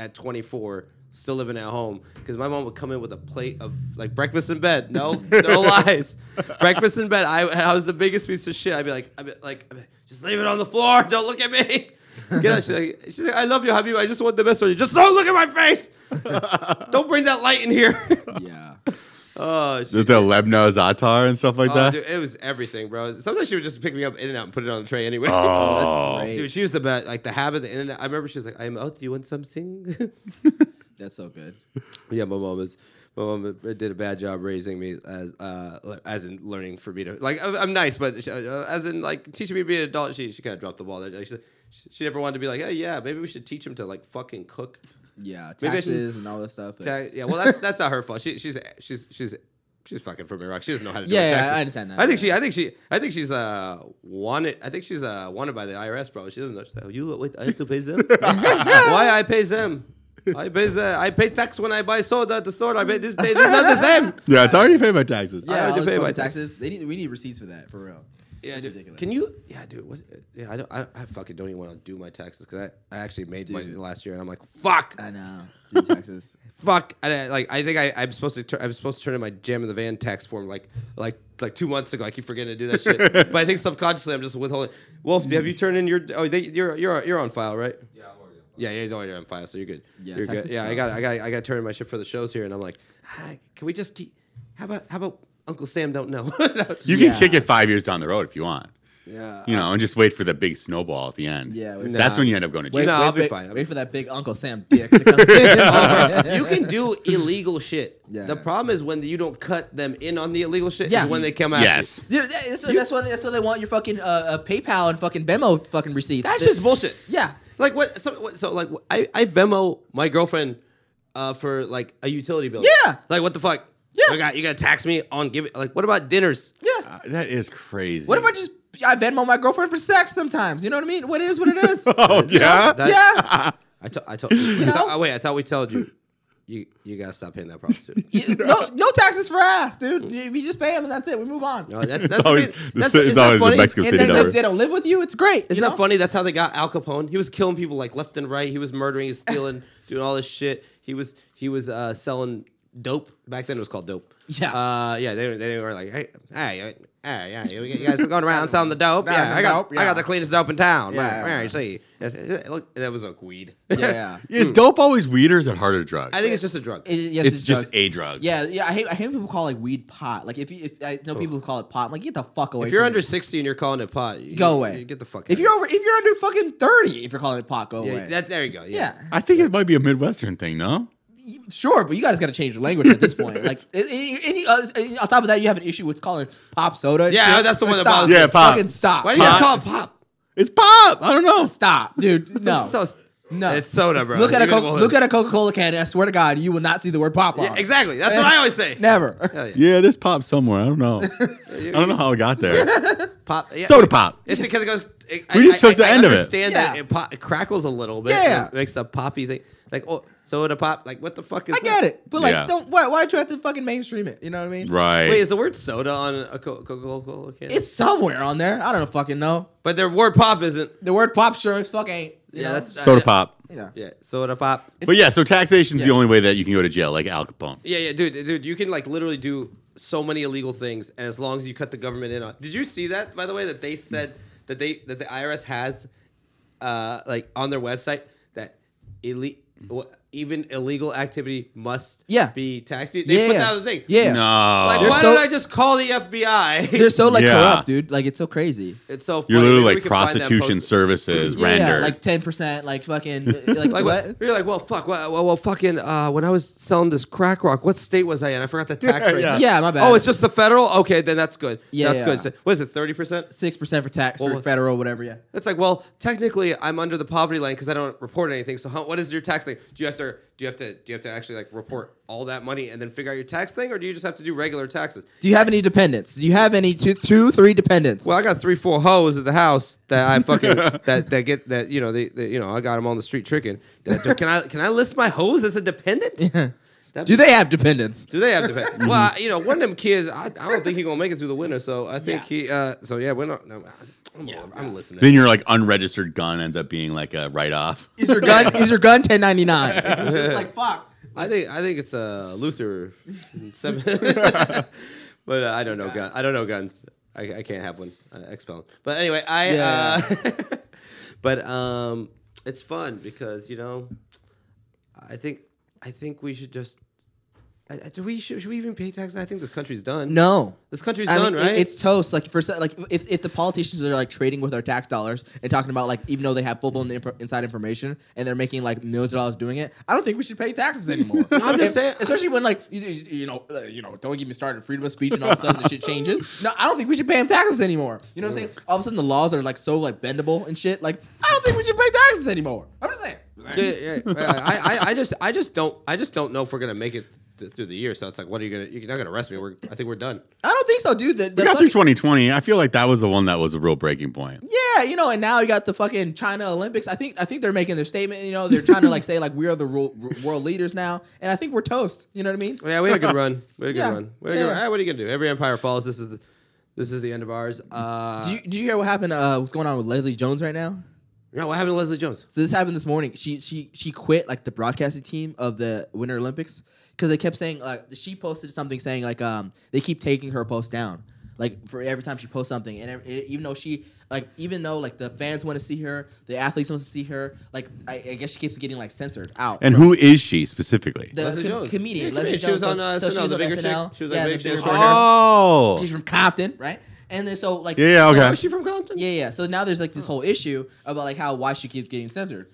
A: at 24, still living at home, because my mom would come in with a plate of like breakfast in bed. No, no lies. Breakfast in bed. I, I was the biggest piece of shit. I'd be like, I'd be like, I'd be like, just leave it on the floor. Don't look at me. Yeah, she's like, she's like, I love you, Habib. I just want the best for you. Just don't look at my face. don't bring that light in here.
B: Yeah.
A: oh, she,
C: With the Lebno Zatar and stuff like
A: oh,
C: that.
A: dude, it was everything, bro. Sometimes she would just pick me up in and out and put it on the tray anyway.
C: Oh,
B: that's great.
A: Dude, she was the best. Like the habit, the internet. I remember she was like, "I'm out. Do you want something?"
B: That's so good.
A: yeah, my mom is. My mom did a bad job raising me as, uh, as in learning for me to like. I'm I'm nice, but she, uh, as in like teaching me to be an adult, she she kind of dropped the ball. There. Like, She, she, she never wanted to be like, "Oh yeah, maybe we should teach him to like fucking cook."
B: Yeah.
A: Maybe I should-
B: Taxes and all that stuff. but-
A: Ta- Yeah, well, that's that's not her fault. She, she's she's she's she's fucking from Iraq. She doesn't know how to do
B: Yeah,
A: it.
B: yeah,
A: Taxes.
B: I understand that.
A: I think she I think she I think she's uh wanted I think she's uh wanted by the IRS, bro. She doesn't know. She's like, you wait, I have to pay them. Why I pay them? I pay the, I pay tax when I buy soda at the store. I pay this day. This is not the same.
C: yeah, it's already paid my taxes.
B: yeah,
A: would
B: all
A: you
B: this
A: pay my
B: fucking taxes. They need we need receipts for that for real.
A: Yeah,
B: It's
A: dude.
B: ridiculous.
A: Can you? Yeah, dude. What? Yeah, I don't. I, I fucking don't even want to do my taxes because I, I actually made money
B: Dude.
A: last year and I'm like, fuck.
B: I know. Dude, taxes.
A: fuck and I, like I think I, I'm supposed to tur- I'm supposed to turn in my jam in the van tax form like like like two months ago I keep forgetting to do that shit but I think subconsciously I'm just withholding Wolf have you turned in your oh they, you're you're you're on file right yeah I'm already on file. yeah yeah he's already on file so you're good
B: Yeah,
A: you're good
B: taxes
A: yeah I
B: suck.
A: got I got I got to turn in my shit for the shows here and I'm like ah, can we just keep how about how about Uncle Sam don't know
C: You
B: Yeah.
C: can kick it five years down the road if you want.
A: yeah
C: You know, and just wait for the big snowball at the end.
B: Yeah, wait-
C: that's
A: Nah.
C: when you end up going to jail.
A: No, I'll be
B: wait,
A: fine.
B: Wait for that big Uncle Sam dick to come in.
A: you can do illegal shit
B: Yeah.
A: the problem is when you don't cut them in on the illegal shit
B: Yeah.
A: is when they come out
C: Yes.
B: Dude, that- that's, what, that's why that's why they want your fucking uh, uh, PayPal and fucking Venmo fucking receipts.
A: that's
B: They-
A: just bullshit
B: yeah.
A: Like what? So, what, so like I I Venmo my girlfriend uh, for like a utility bill.
B: Yeah.
A: Like what the fuck?
B: Yeah.
A: You got you got to tax me on giving. Like what about dinners?
B: Yeah.
C: Uh, that is crazy.
B: What if I just I Venmo my girlfriend for sex sometimes? You know what I mean? What it is what it is.
C: Oh yeah.
A: That-
B: yeah.
A: I to- I, to- I thought.
B: know?
A: oh, wait, I thought we told you. You you gotta stop paying that prostitute.
B: You- no, no taxes for ass, dude. You- We just pay them and that's it. We move on.
A: No, that's
C: It's
A: that's
C: always,
A: the,
C: the,
A: that's,
C: ci- it's
A: isn't that
C: always the
A: funny?
C: Mexico
B: and
C: City
B: then
C: number.
B: if they don't live with you, it's great.
A: Isn't
B: you
A: that
B: know?
A: funny? That's how they got Al Capone. He was killing people like left and right. He was murdering, he was stealing, doing all this shit. He was he was uh, selling dope. Back then it was called dope.
B: Yeah.
A: Uh, yeah. They were- they were like, hey, hey, Hey, yeah, you, you guys are going around selling the dope.
B: Not
A: Yeah,
B: the
A: I got,
B: dope,
A: I
B: yeah.
A: got the cleanest dope in town.
B: Yeah,
A: right,
B: yeah.
A: right. See, It's- it- look, that was like weed.
B: Yeah, yeah.
C: Is dope always weed or is it harder drug?
A: I think it's just a drug.
B: It- yes,
C: it's, just
B: drug.
C: a drug.
B: Yeah, yeah. I hate. I hate when people call like weed pot. Like if you, if I know people who call it pot, I'm like get the fuck away.
A: if you're
B: from
A: under
B: me.
A: 60 and you're calling it pot, you,
B: go away.
A: You get the fuck.
B: If
A: out.
B: you're over, if you're under fucking thirty, if you're calling it pot, go
A: yeah,
B: away.
A: that, there you go.
B: yeah.
C: I think it might be a Midwestern thing, no?
B: Y- Sure, but you guys got to change the language at this point. Like, i- i- any other, on top of that, you have an issue with calling pop soda. and
A: Yeah,
B: shit.
A: that's the one
B: Like,
A: that
B: stop.
A: bothers
C: me. Yeah, pop.
B: Fucking stop.
A: Why do you guys
B: Pop.
A: call it pop?
C: It's pop. I don't know.
B: Oh, Stop, dude. No,
A: So,
B: no.
A: It's soda, bro.
B: look at a
A: You're gonna
B: Coca-
A: go-
B: look at a Coca Cola can. and I swear to God, you will not see the word pop on.
A: Yeah,
B: it.
A: exactly. That's what I always say.
B: Never.
A: Hell yeah.
C: Yeah, there's pop somewhere. I don't know. I don't know how it got there.
A: Pop. yeah.
C: Soda pop.
A: It's because it goes. It,
C: We just took the end of it.
A: understand that
B: Yeah.
A: it, pop, it crackles a little bit.
B: Yeah.
A: and it makes a poppy thing. Like oh, soda pop. Like what the fuck is?
B: I get
A: that?
B: it, but like,
C: Yeah.
B: don't why? Why'd you have to fucking mainstream it? You know what I mean?
C: Right.
A: Wait, is the word soda on a Coca Cola can?
B: It's somewhere on there. I don't fucking know.
A: but their word pop isn't.
B: The word pop sure as fuck ain't. you
A: Yeah,
B: know?
A: that's-
C: Soda
A: yeah.
C: pop.
B: you know.
A: Yeah, soda pop.
C: But yeah, so taxation's the only way that you can go to jail, like Al Capone.
A: Yeah, yeah, dude, dude, you can like literally do so many illegal things, and as long as you cut the government in on. Did you see that by the way? That they said that they that the IRS has, uh, like on their website that elite. Even illegal activity must
B: Yeah.
A: be taxed. They put
B: yeah.
A: that on the thing.
B: Yeah.
C: No.
A: Like,
B: They're
A: why
B: so-
A: did I just call the FBI?
B: They're so like
C: Yeah.
B: corrupt, dude. Like it's so crazy.
A: it's so funny.
C: You're literally
A: Maybe
C: like
A: we can find that
C: prostitution
A: post-
C: services rendered.
B: like ten percent, like fucking,
A: Like
B: like, what?
A: what? You're like, well, fuck. Well, well, well fucking. Uh, when I was selling this crack rock, what state was I in? I forgot the tax rate.
C: yeah.
B: Yeah, Ah, my bad.
A: Oh, it's just the federal. Okay, then that's good.
B: Yeah,
A: Yeah, that's
B: yeah.
A: good. So, what is it? Thirty percent?
B: Six percent for tax
A: Well,
B: for
A: what-
B: federal, whatever. Yeah.
A: It's like, well, technically, I'm under the poverty line because I don't report anything. So, how, what is your tax thing? Do you have to? Do you have to? Do you have to actually like report all that money and then figure out your tax thing, or do you just have to do regular taxes?
B: Do you have any dependents? Do you have any two, two three dependents?
A: Well, I got three, four hoes at the house that I fucking that that get that you know they, they you know I got them on the street tricking. That- can I can I list my hoes as a dependent? That'd
B: do
A: be-
B: they have dependents?
A: Do they have
B: Mm-hmm.
A: dependents? well, I, you know, one of them kids. I, I don't think he's gonna make it through the winter. So I think he. Uh, so yeah, we're not. No, I- I'm, I'm listening.
C: then your like unregistered gun ends up being like a write off.
B: Is your gun? is your gun ten ninety nine? Just like fuck.
A: I think I think it's uh, Luther seven. but uh, I don't know guns. I don't know guns. I, I can't have one. Uh, Ex felon. But anyway, I.
B: Yeah,
A: uh, but um, it's fun because you know, I think I think we should just. I, I- do we should, should we even pay taxes? I think this country's done.
B: No.
A: this country's
B: I
A: done,
B: mean, it-
A: right?
B: it's toast. Like for se- like if, if the politicians are like trading with our tax dollars and talking about like even though they have full blown inf- inside information and they're making like millions of dollars doing it, I don't think we should pay taxes anymore.
A: I'm just
B: And-
A: saying-
B: especially when like you, you you know uh, you know don't get me started freedom of speech and all of a sudden the shit changes. No, I don't think we should pay them taxes anymore. You know what I'm saying? All of a sudden the laws are like so like bendable and shit. Like I don't think we should pay taxes anymore. I'm just saying.
A: Yeah, yeah, yeah. I, I, I just, I just don't, I just don't know if we're gonna make it th- through the year. So it's like, what are you gonna? You're not gonna arrest me. We're, I think we're done.
B: I don't think so, dude. The, the
C: We got through
B: fucking-
C: 2020. I feel like that was the one that was a real breaking point.
B: Yeah, you know, and now you got the fucking China Olympics. I think I think they're making their statement. You know, they're trying to like say like we are the ro- ro- world leaders now, and I think we're toast. You know what I mean?
A: Yeah, we had a good run. We had a good
B: Yeah,
A: run. We had a
B: yeah.
A: good run. Ah, what are you gonna do? Every empire falls. This is the, this is the end of ours. Uh,
B: Do you, do you hear what happened? Uh, what's going on with Leslie Jones right now?
A: no, what happened to Leslie Jones?
B: So this happened this morning. She she she quit like the broadcasting team of the Winter Olympics because they kept saying like she posted something saying like um they keep taking her post down like for every time she posts something and ev- even though she like even though like the fans want to see her the athletes want to see her like I, I guess she keeps getting like censored out
C: And who is she specifically?
B: the
A: Leslie
B: com-
A: Jones.
B: comedian.
A: Yeah,
B: Leslie
A: comedian. She was
B: Jones,
A: on, uh,
B: so she
A: SNL,
B: was
A: the
B: on
A: bigger chick.
B: SNL.
A: She was
B: yeah,
A: that
B: the
A: big, she
B: bigger
A: was
B: short
A: short
B: hair.
A: hair.
C: oh.
B: She's from Compton, right? And then so like
C: Yeah, yeah, okay.
A: Oh, is she from Compton?
B: yeah, yeah. So now there's like this whole issue about like how why she keeps getting censored.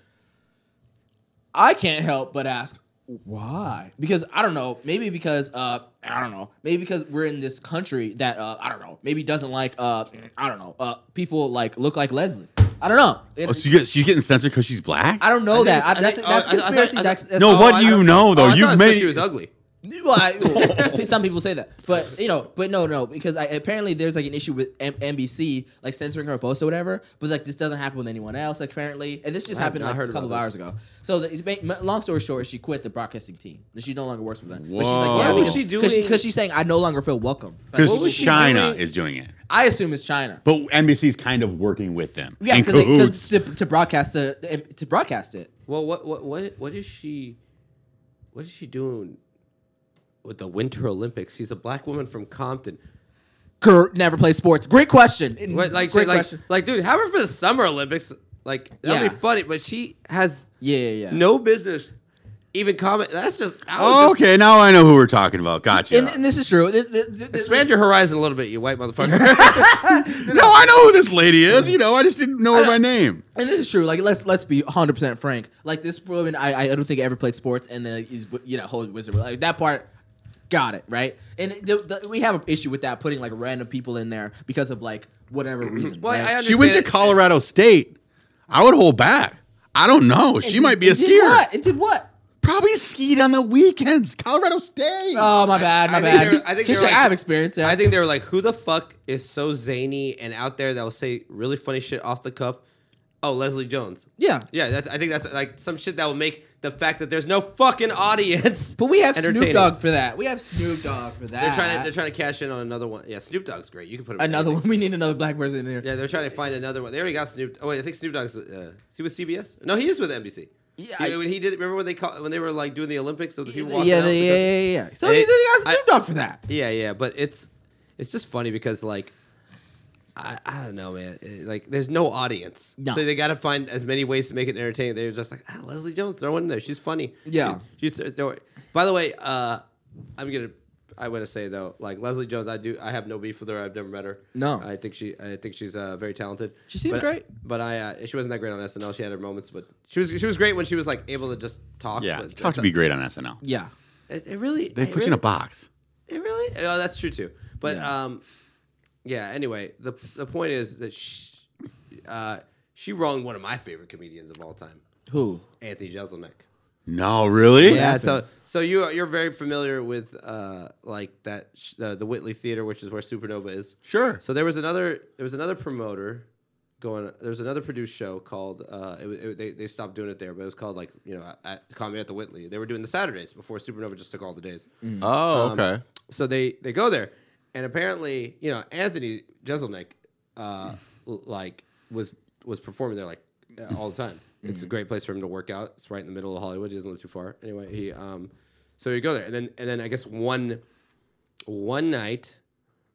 B: I can't help but ask why? Because I don't know. Maybe because uh I don't know. Maybe because we're in this country that uh I don't know. Maybe doesn't like uh I don't know. Uh people like look like Leslie. I don't know. It-
C: Oh, so you get, she's getting censored because she's black?
B: I don't know
A: I think
B: that.
A: it's-
B: I,
A: I
B: that's
A: think-
B: that's
A: oh, I- I
B: conspiracy.
A: thought- I
B: that's,
A: thought-
B: that's
C: No,
B: all
C: what
B: I
C: do
B: know.
C: you know though?
A: Oh, I
C: you
A: thought it was 'cause she was
C: made
A: ugly.
B: Well, I, some people say that, but you know, but no, no, because I, apparently there's like an issue with M- NBC like censoring her posts or whatever. But like this doesn't happen with anyone else apparently, and this just
A: I have
B: happened
A: not
B: like,
A: heard
B: a couple of
A: about
B: hours
A: this.
B: ago. So the, it's ba- m- long story short, she quit the broadcasting team. She no longer works with them. But she's
C: Whoa.
B: like, yeah,
C: What
B: we
C: was
B: can-
A: she
B: Cause,
A: doing?
B: cause she's saying I no longer feel welcome.
A: What
B: Like,
A: was
C: because
A: she
C: China
A: doing?
C: is doing it,
B: I assume it's China.
C: but NBC's kind of working with them.
B: Yeah,
C: in
B: because
C: cahoots.
B: to, to broadcast the, the to broadcast it.
A: Well, what, what, what, what is she? What is she doing with the Winter Olympics? She's a black woman from Compton.
B: Gert never played sports. Great question.
A: What, like,
B: Great
A: like,
B: question.
A: like, dude, have her for the Summer Olympics. Like, that'd
B: Yeah.
A: be funny. But she has
B: Yeah, yeah, yeah.
A: no business even comment. That's just I was
C: Oh,
A: just-
C: okay, now I know who we're talking about. Gotcha.
B: And, and this is true. Th- th- th- th-
A: Expand your horizon a little bit, you white motherfucker.
C: no, I know who this lady is. You know, I just didn't know her by name.
B: And this is true. Like let's let's be hundred percent frank. Like this woman, I I don't think ever played sports, and then is you know whole wizard. Like that part, got it right. And the, the, we have an issue with that putting like random people in there because of like whatever reason.
A: Mm-hmm. Well, I
B: right?
A: understand
C: She went to
A: it.
C: Colorado State. I would hold back. I don't know. She
B: And did-
C: might be a
B: and did
C: skier.
B: What? It did what?
C: Probably skied on the weekends. Colorado State.
B: Oh my bad, my
A: I think
B: bad.
A: they're- I think
B: She's
A: they're
B: like,
A: like-
B: I have experience. Yeah.
A: I think they were like, "Who the fuck is so zany and out there that will say really funny shit off the cuff?" Oh, Leslie Jones.
B: yeah.
A: Yeah, that's. I think that's like some shit that will make the fact that there's no fucking audience.
B: But we have Snoop
A: entertaining.
B: Dogg for that. We have Snoop Dogg for that.
A: They're trying to. They're trying to cash in on another one. Yeah, Snoop Dogg's great. You can put him in
B: another
A: anything.
B: one. We need another black person in there.
A: Yeah, they're trying to find another one. They already got Snoop. Oh wait, I think Snoop Dogg's. Uh, is he with CBS? No, he is with NBC.
B: Yeah,
A: He-
B: I-
A: when he did. Remember when they call, when they were like doing the Olympics? So the people
B: Yeah,
A: walking
B: yeah,
A: out
B: yeah,
A: because-
B: yeah, yeah. So
A: Hey,
B: he got
A: I-
B: Snoop Dogg for that.
A: Yeah, yeah, but it's it's just funny because like I, I don't know, man. It- like there's no audience,
B: No.
A: so they got to find as many ways to make it entertaining. They're just like ah, Leslie Jones, throw in there. She's funny.
B: Yeah.
A: She, she th- throw it. By the way, uh, I'm gonna. I want to say though, like Leslie Jones, I do. I have no beef with her. I've never met her.
B: No.
A: I think she. I think she's uh, very talented.
B: She seems
A: But-
B: great.
A: But I. Uh, she wasn't that great on SNL. She had her moments, but she was. She was great when she was like able to just talk.
C: yeah,
A: but
C: it's tough to be great on SNL.
B: Yeah.
A: It, it really.
C: They
A: it
C: put you in a
A: really-
C: box.
A: it really? Oh, that's true too. But
B: Yeah.
A: um, yeah. Anyway, the the point is that she, uh, she wronged one of my favorite comedians of all time,
B: Who?
A: Anthony Jeselnik.
C: No, really?
A: Yeah. So so you are- you're very familiar with uh like that sh- uh, the Whitley Theater, which is where Supernova is.
C: Sure.
A: So there was another there was another promoter going. There was another produced show called. Uh, it, wa- it, wa- they they stopped doing it there, but it was called like you know at Comedy at the Whitley. They were doing the Saturdays before Supernova just took all the days.
C: Oh,
A: Um, So they they go there, and apparently, you know, Anthony Jeselnik, uh, l- like was was performing there like uh, all the time. It's a great place for him to work out. It's right in the middle of Hollywood. He doesn't live too far. Anyway, he um, so you go there, and then and then I guess one one night,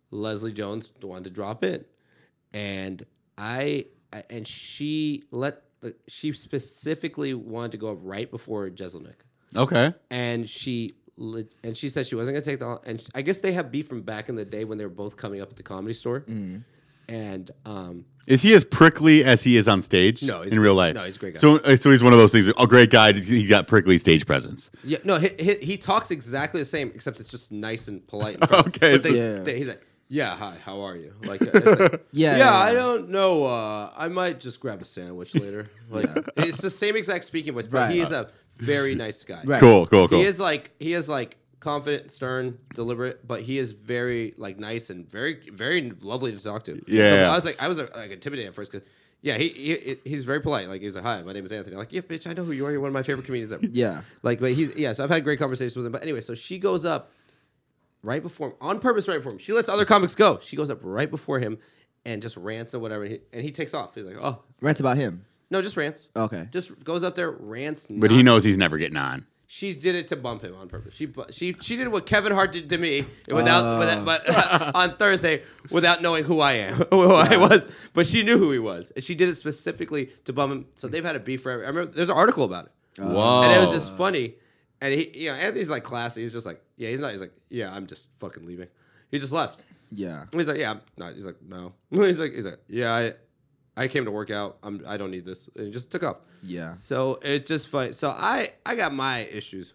A: Leslie Jones wanted to drop in, and I I- and she let the, she specifically wanted to go up right before Jeselnik
C: okay.
A: and she lit- and she said she wasn't gonna take the and sh- I guess they have beef from back in the day when they were both coming up at the comedy store. And um,
C: Is he as prickly as he is on stage?
A: No, he's
C: in
A: great.
C: real life.
A: No, he's a great guy.
C: So, uh, so he's one of those things. Oh, great guy. He got prickly stage presence.
A: yeah, no, he, he, he talks exactly the same, except it's just nice and polite. And friendly.
C: Okay,
A: But they-
B: so- Yeah.
A: they- he's like, yeah, hi, how are you? Like, uh, it's like,
B: Yeah,
A: yeah,
B: yeah,
A: I
B: yeah.
A: don't know. Uh, I might just grab a sandwich later. Like, it's the same exact speaking voice, but
B: Right.
A: he's a very nice guy.
B: Right.
C: Cool, cool, cool.
A: He is like he is like confident, stern, deliberate, but he is very like nice and very very lovely to talk to. So
C: Yeah.
A: I was like I was like intimidated at first because yeah he, he he's very polite. Like he was like hi, my name is Anthony. I'm like yeah, bitch, I know who you are. You're one of my favorite comedians ever.
B: Yeah.
A: Like but he's yeah. So I've had great conversations with him. But anyway, so she goes up right before him on purpose, right before him. She lets other comics go. She goes up right before him and just rants or whatever. And he, and he takes off. He's like oh
B: Rants about him.
A: no, just rants.
B: Okay.
A: Just goes up there, rants.
C: But he knows he's never getting on.
A: She did it to bump him on purpose. She bu- she she did what Kevin Hart did to me without, without but on Thursday without knowing who I am, who I was. But she knew who he was, and she did it specifically to bump him. So they've had a beef forever. I remember there's an article about it,
C: Whoa.
A: Uh, and it was just funny. And he, you know, Anthony's like classy. He's just like, yeah, he's not. He's like, yeah, I'm just fucking leaving. He just left.
B: Yeah.
A: He's like, yeah, I'm not. He's like, no. He's like, he's like, yeah, I, I came to work out. I'm, I don't need this. And he just took off.
B: Yeah.
A: So it just funny. So I I got my issues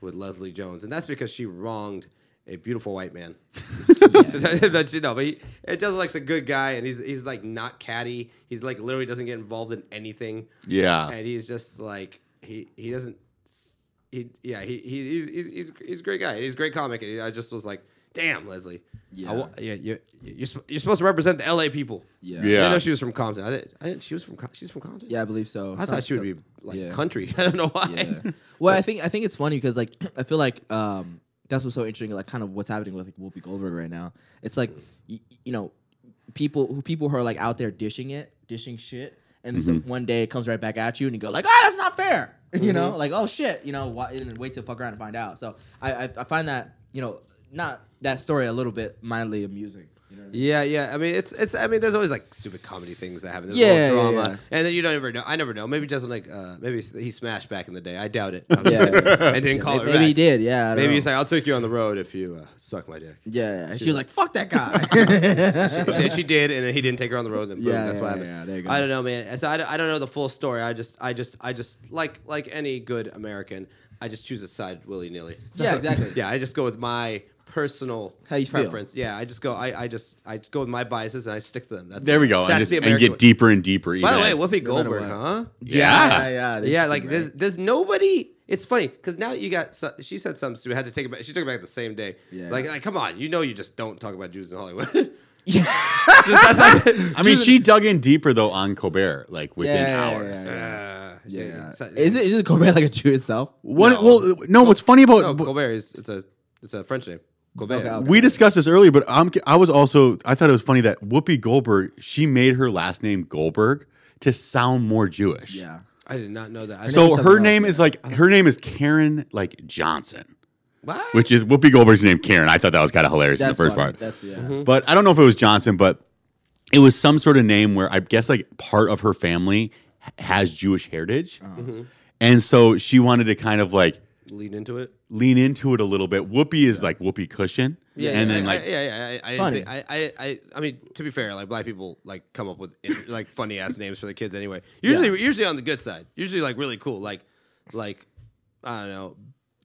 A: with Leslie Jones, and that's because she wronged a beautiful white man. so that, that you know, but he, it just like's a good guy, and he's he's like not catty. He's like literally doesn't get involved in anything,
C: Yeah.
A: and he's just like he he doesn't. He yeah he, he he's, he's he's he's a great guy. He's a great comic, and I just was like, damn Leslie.
B: Yeah.
A: I wa- yeah, you, you're, sp- you're supposed to represent the LA people.
B: Yeah.
C: Yeah.
A: I didn't know she was from Compton. I didn't. I didn't she was from. Com- She's from Compton.
B: Yeah, I believe so.
A: I
B: Some-
A: thought she would
B: some-
A: be like
B: yeah.
A: country. I don't know why.
B: Yeah. Well, I think I think it's funny because like I feel like um that's what's so interesting, like kind of what's happening with like Whoopi Goldberg right now. It's like you, you know people who people who are like out there dishing it, dishing shit, and it's like
A: Mm-hmm.
B: one day it comes right back at you and you go like, ah, that's not fair, you
A: Mm-hmm.
B: know, like oh shit, you know, why, and then wait to fuck around and find out. So I I, I find that you know not that story a little bit mildly amusing. You know what I mean?
A: Yeah, yeah. I mean, it's it's. I mean, there's always like stupid comedy things that happen. There's
B: Yeah,
A: yeah, drama,
B: yeah, yeah.
A: and then you don't ever know. I never know. Maybe Justin like uh, maybe he smashed back in the day. I doubt it.
B: Yeah.
A: and didn't call
B: maybe,
A: it. Back.
B: he did. Yeah, I don't
A: Oh, Maybe
B: know.
A: he's like, I'll take you on the road if you uh, suck my dick.
B: yeah. yeah. She was like, "Fuck that guy."
A: she, she did, and then he didn't take her on the road. Then boom,
B: Yeah,
A: that's
B: yeah,
A: what
B: yeah,
A: happened.
B: yeah, there you go.
A: I don't know, man. So I, don't- I don't know the full story. I just, I just, I just like like any good American, I just choose a side willy nilly.
B: Yeah, exactly.
A: yeah, I just go with my personal
B: How you feel.
A: preference. Yeah, I just go. I, I just, I go with my biases and I stick to them. That's
C: There we go.
A: That's
C: And, just,
A: the
C: and
A: American.
C: get deeper and deeper.
A: By
C: even
A: the way,
C: as-
A: Whoopi
B: No matter
A: Goldberg, huh?
B: what.
C: Yeah.
B: yeah. they
A: Yeah,
B: just
A: like
B: seem
A: there's
B: right.
A: there's nobody. It's funny because now you got so- she said something stupid. Had to take it back. She took it back the same day.
B: Yeah.
A: Like, like, come on, you know you just don't talk about Jews in Hollywood.
B: Yeah.
A: That's like-
C: I mean, she dug in deeper though on Colbert, like within
B: Yeah, yeah,
C: hours.
B: yeah, yeah.
A: Yeah.
B: Yeah. Is it is it Colbert like a Jew itself?
C: What? Well, no. What's funny about
A: No, Colbert is it's a it's a French name. Colbert.
B: Oh, Okay, okay.
C: we discussed this earlier, but I'm, I was also I thought it was funny that Whoopi Goldberg she made her last name Goldberg to sound more Jewish.
B: Yeah.
A: I did not know that. I
B: name
C: So
B: is
C: her
B: something
C: name
B: else,
C: is like her name is Karen like Johnson,
A: what?
C: which is Whoopi Goldberg's name Karen. I thought that was kind of hilarious in the
B: That's
C: first
B: funny.
C: part.
B: That's yeah.
A: Mm-hmm.
C: But I don't know if it was Johnson, but it was some sort of name where I guess like part of her family h- has Jewish heritage.
B: Um,
A: Mm-hmm.
C: And so she wanted to kind of like
A: lead into it.
C: lean into it a little bit. Whoopi is like Whooopee Cushion.
A: Yeah,
C: And
A: yeah,
C: then
A: I-
C: like
A: I, yeah, yeah, I, I, didn't
B: Funny.
A: think, I, I, I, I mean, to be fair, like black people like come up with like funny ass names for their kids anyway. Usually, usually on the good side. Usually, like really cool, like, like, I don't know,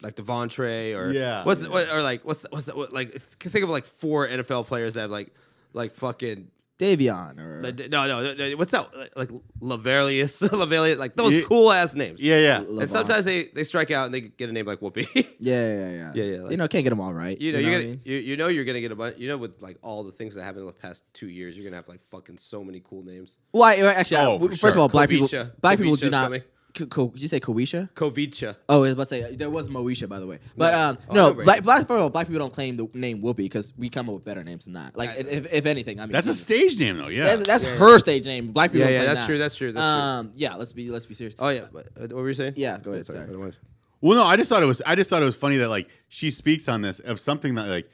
A: like Devontre or
C: Yeah.
A: what's What, or like what's what's what, like think of like four NFL players that have like like fucking
B: Davion or
A: no no, no what's that like Lavelius Lavelius like those
C: Yeah.
A: cool ass names
C: Yeah, yeah.
B: Levon.
A: and sometimes they they strike out and they get a name like Whoopi.
B: Yeah, yeah, yeah.
A: Yeah, yeah, like-
B: you know, can't get them all right.
A: You know, you
B: what
A: are
B: I
A: gonna
B: mean?
A: you, you know you're gonna get a bunch. You know, with like all the things that happened in the past two years, you're gonna have like fucking so many cool names.
B: Why? well, actually, I-
C: Oh, for
B: first of
C: sure.
B: all, black people,
A: Kovicha.
B: black people
A: Kovicha's
B: do not.
A: coming.
B: Co- co- did you say Kowisha?
A: Kovicha.
B: Oh, I was about to say there was Moesha, by the way. But
A: Yeah.
B: um,
A: Oh,
B: no,
A: no
B: black,
A: racism.
B: black, first of all, black people don't claim the name Whoopi because we come up with better names than that. Like,
A: I-
B: if, if anything, I mean,
C: That's a
B: Jesus.
C: stage name though, yeah.
B: That's, that's
A: Yeah,
B: her stage name. Black people.
A: Yeah,
B: don't
A: yeah,
B: claim
A: that's
B: that.
A: true, that's true, that's true.
B: um, yeah, let's be let's be serious.
A: Oh yeah, but, uh, what were you saying?
B: Yeah, go ahead, sorry.
A: I don't want-
C: well, no, I just thought it was I just thought it was funny that like she speaks on this of something that like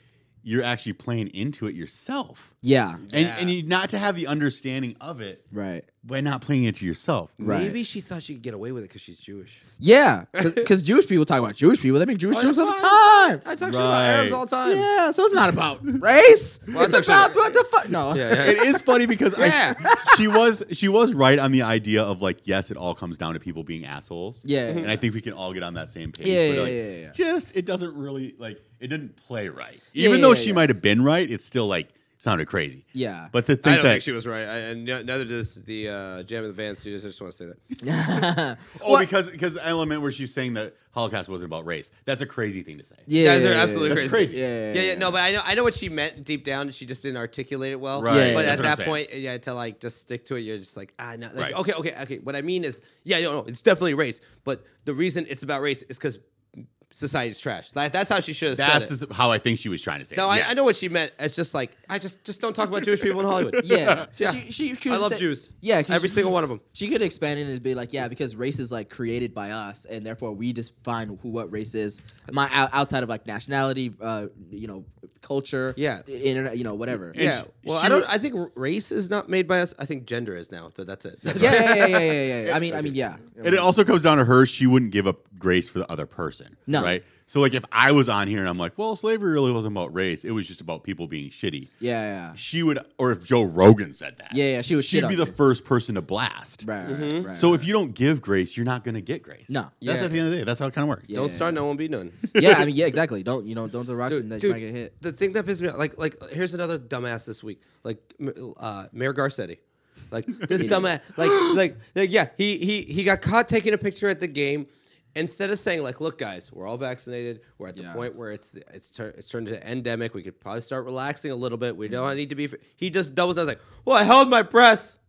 C: you're actually playing into it yourself.
B: yeah,
C: And
A: Yeah.
C: and you not to have the understanding of it
B: right.
C: by not playing it to yourself.
B: Right.
A: Maybe she thought she could get away with it because she's Jewish.
B: Yeah, because Jewish people talk about Jewish people. They make
A: Oh,
B: Jewish Jews all the time.
A: I talk
C: shit about Arabs all
A: the time.
B: Yeah, so it's not about race.
A: Well,
B: it's
A: that's actually-
B: about what the fuck. No.
A: Yeah, yeah.
C: it is funny because
A: Yeah.
C: I, she was she was right on the idea of like yes, it all comes down to people being assholes.
B: Yeah,
C: and
B: yeah,
C: I think we can all get on that same page.
B: Yeah,
C: but,
B: yeah,
C: like,
B: yeah, yeah, yeah.
C: Just it doesn't really like it didn't play right.
B: Yeah,
C: Even though
B: yeah,
C: she
B: yeah.
C: might have been right, it still like sounded crazy.
B: Yeah.
C: But to
A: I
C: think
A: don't
C: that
A: think she was right, I, and no- neither does the uh, Jam of the Van Studios. I just want to say that.
B: yeah,
C: oh because because the element where she's saying that Holocaust wasn't about race that's a crazy thing to say.
B: yeah,
A: guys are
B: yeah,
A: absolutely
B: yeah.
C: That's
A: crazy.
C: crazy.
B: Yeah,
A: Yeah, yeah, no, but I know I know what she meant deep down. She just didn't articulate it well.
C: Right, Yeah, yeah,
A: but
C: yeah.
A: at
C: that's
A: that
C: what I'm
A: point, yeah, to like just stick to it, you're just like, ah, no, like,
C: Right.
A: okay, okay, okay. What I mean is, yeah, no, no, it's definitely race. But the reason it's about race is because society's trash. Like, that's how she should have
C: That's
A: said it.
C: just how I think she was trying to say.
A: No,
C: it.
A: I, I
C: Yes.
A: know what she meant. It's just like I just just don't talk about Jewish people in Hollywood.
B: Yeah,
A: Yeah.
B: She, she, she
A: I
B: could've
A: love
B: said-
A: Jews.
B: Yeah, 'cause
A: Every
B: she-
A: single one of 'em.
B: She could expand it and be like, yeah, because race is like created by us, and therefore we define who what race is. My out- outside of like nationality, uh, you know, culture.
A: Yeah.
B: internet, you know, whatever.
A: yeah.
C: she-
A: well,
C: she
A: I don't.
C: would-
A: I think r- race is not made by us. I think gender is now. So that's it. That's
B: yeah, yeah, yeah, yeah, yeah, yeah. I mean, I mean, yeah.
C: And it also comes down to her. She wouldn't give up grace for the other person.
B: No.
C: Right. So like if I was on here and I'm like, well, slavery really wasn't about race. It was just about people being shitty.
B: yeah, yeah,
C: She would, or if Joe Rogan said that,
B: yeah, yeah. She was shit.
C: she'd be
B: on
C: the
B: you.
C: first person to blast.
B: Right, right, right,
C: So
B: right.
C: if you don't give grace, you're not going to get grace.
B: No.
C: That's
A: Yeah.
C: at the end of the day. That's how it kind of works.
B: Yeah.
A: Don't start, no one be none.
B: yeah, I mean, yeah, exactly. Don't you know? Don't the rocks and that you might get hit.
A: The thing that pissed me off, like, like here's another dumbass this week, like m- uh, Mayor Garcetti, like this
B: Idiot.
A: dumbass, like, like, like, yeah, he he he got caught taking a picture at the game. Instead of saying like, "Look, guys, we're all vaccinated. We're at the
B: Yeah.
A: point where it's it's tur- it's turned into endemic. We could probably start relaxing a little bit. We
B: Mm-hmm.
A: don't need to be." f-" He just doubles down. He's like, "Well, I held my breath.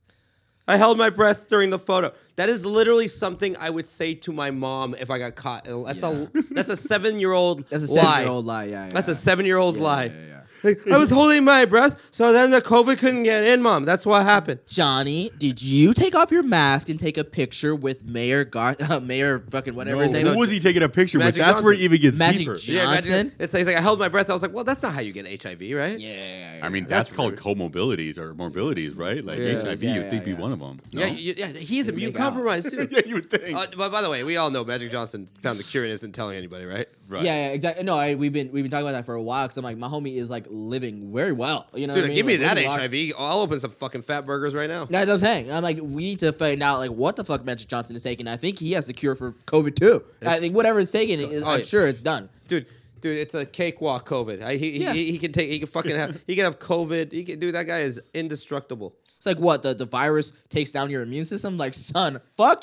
A: I held my breath during the photo. That is literally something I would say to my mom if I got caught. That's a that's a seven year old
B: That's a
A: lie.
B: seven-year-old lie. Yeah, yeah.
A: That's a seven year old's
B: yeah,
A: lie.
B: yeah, yeah.
A: Like, I was holding my breath, so then the COVID couldn't get in, mom. That's what happened.
B: Johnny, did you take off your mask and take a picture with Mayor Gar- uh, Mayor fucking whatever his name
C: Who was he taking a picture with?
A: Magic
C: That's where it
A: Johnson.
C: even gets
B: Magic
C: deeper.
B: Johnson. Johnson?
A: it's like, it's like I held my breath. I was like, well, that's not how you get HIV, right?
B: Yeah, yeah, yeah.
C: I mean, that's, called comorbidities or morbilities, right? Like
A: Yeah.
C: HIV,
B: Yeah,
C: you'd
B: yeah,
C: think
B: yeah.
C: be one of them.
A: Yeah, you- yeah, he's immune
B: make out.
A: compromised too.
C: yeah, you would think.
A: Uh, but by the way, we all know Magic Johnson found the cure and isn't telling anybody, right?
C: right.
B: Yeah, yeah, exactly. No, I, we've been we've been talking about that for a while because I'm like, my homie is like living very well. You know,
A: Dude,
B: what I mean?
A: give me
B: Like,
A: that
B: living large.
A: HIV. I'll open some fucking fat burgers right now.
B: That's what I'm saying. I'm like, we need to find out like what the fuck Magic Johnson is taking. I think he has the cure for COVID too. I
A: It's-
B: think whatever it's taking, it-
A: Oh,
B: I'm
A: yeah.
B: sure it's done.
A: Dude, dude, it's a cakewalk COVID. I, he,
B: Yeah.
A: he, he can take, he can fucking have, he can have COVID. He can, dude, that guy is indestructible.
B: It's like what the, the virus takes down your immune system. Like, son, fuck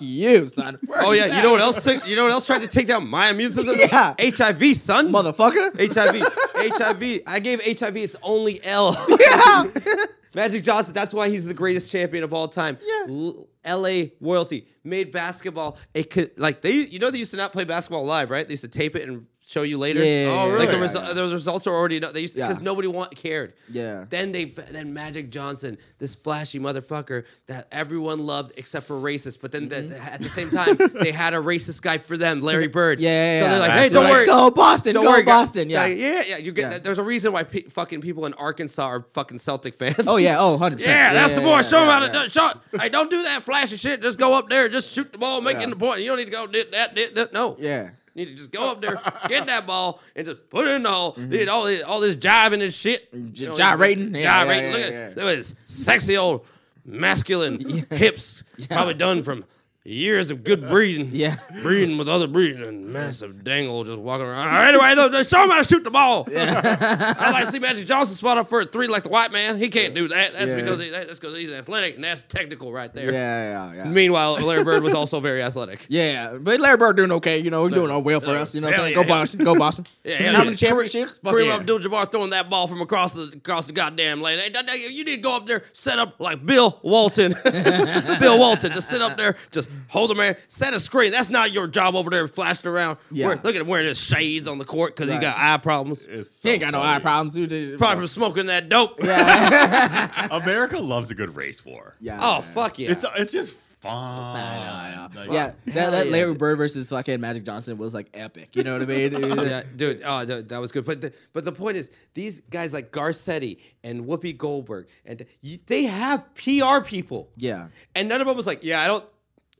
B: you, son. Where
A: Oh
B: is
A: yeah,
B: that?
A: you know what else? Took, you know what else tried to take down my immune system?
B: Yeah.
A: HIV, son.
B: motherfucker?
A: HIV, HIV. I gave HIV its only L.
B: Yeah.
A: Magic Johnson. That's why he's the greatest champion of all time.
B: Yeah.
A: L- L.A. royalty made basketball. It could like they. You know they used to not play basketball live, right? They used to tape it and show you later.
B: Yeah,
C: Oh,
A: Like the,
C: really?
A: resu- the results are already. No- they used
B: Yeah.
A: because nobody want cared.
B: Yeah.
A: Then they then Magic Johnson, this flashy motherfucker that everyone loved except for racist. But then the-
B: Mm-hmm.
A: at the same time they had a racist guy for them, Larry Bird.
B: Yeah, yeah,
A: So
B: yeah.
A: they're like,
C: That's
A: hey, don't
C: right.
A: worry,
B: Go Boston,
A: don't
B: go
A: worry, guy-
B: Boston. Yeah.
A: like, yeah, yeah. You get
B: Yeah.
A: that. There's a reason why pe- fucking people in Arkansas are fucking Celtic fans.
B: Oh yeah. Oh, 100%.
D: Yeah, that's the boy.
B: yeah,
D: show him
B: yeah,
D: how to
B: yeah.
D: do- shot. Hey, don't do that flashy shit. Just go up there. Just shoot the ball, making
B: Yeah.
D: the point. You don't need to go did that, did that. No.
B: Yeah.
D: You need to just go up there, get that ball, and just put it in the hole. Did all this, all this jiving and shit. You know,
B: gyrating.
D: you-
B: Yeah, yeah,
D: gyrating.
B: yeah,
D: Look at
B: yeah.
D: look at his sexy old masculine hips, probably done from years of good breeding.
B: Yeah.
D: breeding with other breeding and massive dangle just walking around. All right, anyway, though, just show him how to shoot the ball. I like to see Magic Johnson spot up for a three like the white man. He can't do that. That's
B: Yeah.
D: because he, that's because he's athletic and that's technical right
B: Yeah,
D: there.
B: yeah, yeah.
A: Meanwhile, Larry Bird was also very athletic.
B: Yeah, but Larry Bird doing okay. You know, he's doing all well for us. You know, what I'm saying?
D: Hell
B: go
D: yeah.
B: Boston, go Boston.
D: Yeah, hell
B: How
D: yeah.
B: many championships? Fuck
D: Kareem
B: yeah.
D: Abdul-Jabbar throwing that ball from across the across the goddamn lane. Hey, that- that- you need to go up there, set up like Bill Walton. Bill Walton, just sit up there, just hold the man, set a screen. That's not your job over there, flashing around.
B: Yeah.
D: Wear- look at him wearing his shades on the court because
B: Right.
D: he got eye problems,
C: It's so
B: He ain't got no
C: funny.
B: eye problems. Dude. Dude.
D: probably from smoking that dope.
B: yeah.
C: America loves a good race war.
B: yeah.
A: Oh fuck yeah!
C: It's it's just fun.
B: I know, I know.
C: Like,
B: yeah, that,
A: Hell
B: that
A: yeah,
B: Larry
A: dude.
B: Bird versus fucking Magic Johnson was like epic. You know what I mean?
A: yeah, dude. Oh, that, that was good. But the, but the point is, these guys like Garcetti and Whoopi Goldberg, and you, they have PR people.
B: Yeah.
A: And none of them was like, yeah, I don't.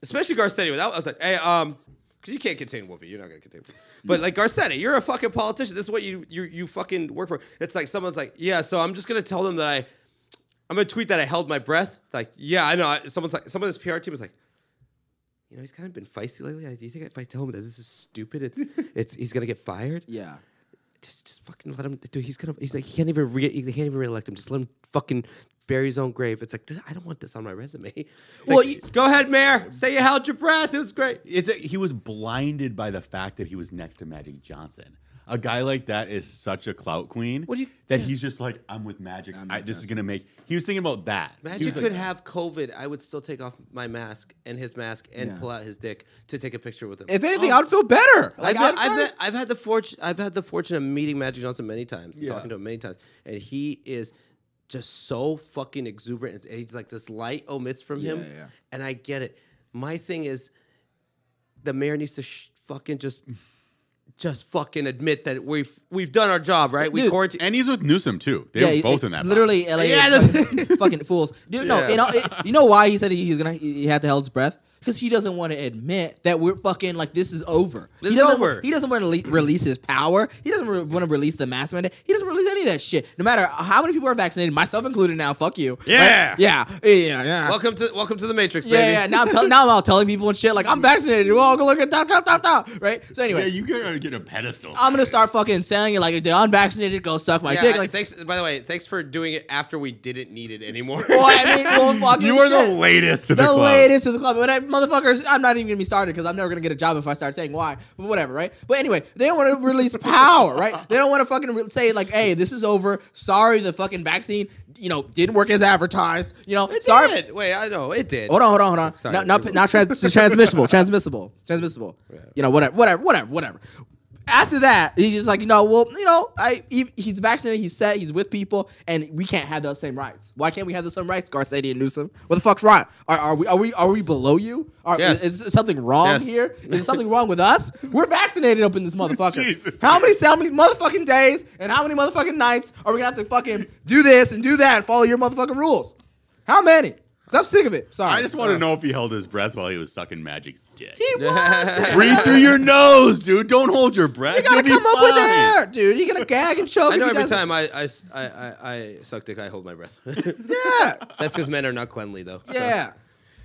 A: Especially Garcetti. Without, I was like, hey, um, because you can't contain Whoopi. You're not gonna contain. Whoopi. But like Garcetti, you're a fucking politician. This is what you you you fucking work for. It's like someone's like, yeah, so I'm just gonna tell them that I, I'm gonna tweet that I held my breath. Like, yeah, I know. I- Someone's like, someone in this PR team is like. You know he's kind of been feisty lately. I- Do you think if I tell him that this is stupid, it's it's he's gonna get fired?
B: Yeah.
A: just just fucking let him dude he's gonna he's like he can't even re he can't even reelect him just let him fucking bury his own grave it's like dude, i don't want this on my resume It's
B: Well,
A: like,
B: you-
A: go ahead mayor say you held your breath it was great
C: It's he was blinded by the fact that he was next to Magic Johnson. A guy like that is such a clout queen
A: What do you-
C: that
A: yes.
C: he's just like, I'm with Magic.
B: I'm
C: I,
B: with
C: this is
B: Magic.
C: gonna make. He was thinking about that. He
A: magic
C: was like,
A: could have covid i would still take off my mask and his mask and
B: Yeah.
A: pull out his dick to take a picture with him
B: If anything, I would feel better. Um, Like,
A: I've, met,
B: I'd
A: I've, met, I've had the fortune I've had the fortune of meeting Magic Johnson many times,
C: Yeah.
A: talking to him many times, and he is just so fucking exuberant. And He's like this light omits from him,
B: Yeah, yeah.
A: and I get it. My thing is, the mayor needs to sh- fucking just, just fucking admit that we've we've done our job, right? We
B: Dude,
A: quarantine.
C: And he's with Newsom too. They were
B: it-
C: both
B: it-
C: in that. box.
B: Literally, LA
A: Yeah,
B: is
A: that's-
B: fucking, fucking fools. Dude, no,
C: Yeah.
B: you know, it- you know why he said he, he's gonna he he had to hold his breath because he doesn't want to admit that we're fucking like this is over.
A: This
B: he
A: is
B: doesn't, wa-
A: over.
B: He doesn't want to le- release his power. He doesn't re- want to release the mask mandate. He doesn't release any of that shit. No matter how many people are vaccinated, myself included. Now, fuck you. Right?
D: Yeah.
B: yeah, yeah, yeah.
A: Welcome to welcome to the Matrix,
B: yeah,
A: baby.
B: yeah. Now I'm telling now I'm out telling people and shit like I'm vaccinated. Well, go look at that, that, that, that. Right. So anyway,
C: yeah, you gotta get a pedestal.
B: I'm gonna start fucking saying it like if they're unvaccinated, go suck my
A: Yeah,
B: dick.
A: I-
B: Like,
A: thanks. By the way, thanks for doing it after we didn't need it anymore.
B: well, I mean, well, fucking
C: You are
B: shit.
C: the latest to the,
B: the
C: club.
B: latest to the club. But I, motherfuckers, I'm not even gonna be started because I'm never gonna get a job if I start saying why. But whatever, right? But anyway, they don't want to release power, right? They don't want to fucking re- say like, "Hey, this is over. Sorry, the fucking vaccine, you know, didn't work as advertised. You know,
A: it
B: sorry."
A: did. Wait, I know it did.
B: Hold on, hold on, hold on.
A: Sorry.
B: Not, not, not trans- transmissible, transmissible, transmissible. You know, whatever, whatever, whatever, whatever. after that, he's just like, you know, well, you know, I he, he's vaccinated, he's set, he's with people, and we can't have those same rights. Why can't we have those same rights, Garcetti and Newsom? What the fuck's wrong? Are, are we are we are we below you? Are,
D: Yes.
B: is, is something wrong
D: Yes.
B: here? Is something wrong with us? We're vaccinated up in this motherfucker.
C: Jesus
B: how many how many motherfucking days and how many motherfucking nights are we gonna have to fucking do this and do that and follow your motherfucking rules? How many? Cause I'm sick of it. Sorry.
C: I just want to know if he held his breath while he was sucking Magic's dick.
B: He was.
C: Breathe through your nose, dude. Don't hold your breath.
B: You gotta
C: You'll be
B: come up with
C: fine.
B: air, dude. You're gonna gag and choke.
A: I know
B: if he
A: every
B: doesn't-
A: time I, I s- I- I- I suck dick, I hold my breath.
B: Yeah.
A: that's because men are not cleanly, though. So-
B: Yeah.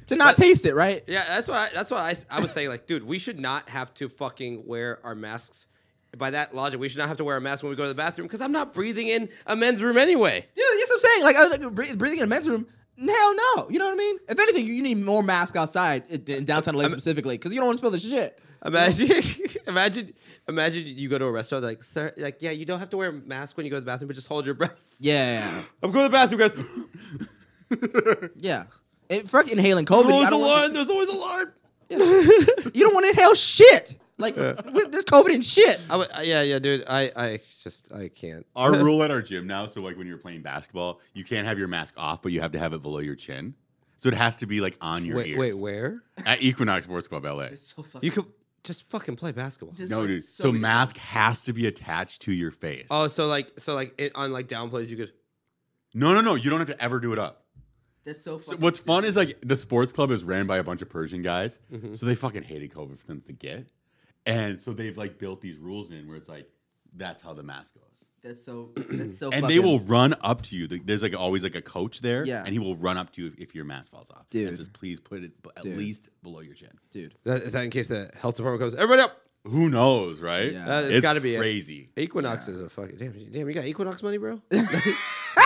B: To not taste it, right?
A: Yeah, that's what I, that's what I, s- I was saying. Like, dude, we should not have to fucking wear our masks. By that logic, we should not have to wear a mask when we go to the bathroom because I'm not breathing in a men's room anyway.
B: Dude, that's what I'm saying. Like, I was like bre- breathing in a men's room. Hell no. You know what I mean? If anything, you you need more mask outside i- in downtown LA specifically because you don't want to spill the shit.
A: Imagine, imagine, imagine you go to a restaurant like, sir, like, yeah, you don't have to wear a mask when you go to the bathroom, but just hold your breath.
B: Yeah.
A: I'm going to the bathroom, guys.
B: Yeah. It, fuck inhaling COVID. I
A: There's always
B: don't wanna-
A: alarm. There's always alarm.
B: you don't want to inhale shit. Like, w- there's COVID and shit.
A: I would, yeah, yeah, dude. I, I just, I can't.
C: Our rule at our gym now, so like when you're playing basketball, you can't have your mask off, but you have to have it below your chin. So it has to be like on your
A: Wait,
C: ears.
A: wait, where?
C: At Equinox Sports Club LA.
B: so fucking.
A: You could just fucking play basketball.
B: Just-
C: No,
B: like
C: dude.
B: so
C: So,
B: many
C: mask has to be attached to your face.
A: Oh, so like, so like it, on like down plays, you could.
C: no, no, no. You don't have to ever do it up.
B: that's so
C: So what's fun is like the sports club is ran by a bunch of Persian guys,
A: Mm-hmm.
C: so they fucking hated COVID from the get, and so they've like built these rules in where it's like that's how the mask goes,
B: That's so. That's so.
C: and they will run up to you. Like, There's like always like a coach there,
B: Yeah.
C: and he will run up to you if, if your mask falls off.
B: Dude.
C: and says please put it b- at
B: Dude.
C: least below your chin.
B: dude.
A: That, is that in case the health department comes? Everybody up.
C: Who knows, right?
B: Yeah.
A: Uh, it's gotta be it.
C: crazy,
A: Equinox is a fucking damn. you- Damn, you got Equinox money, bro.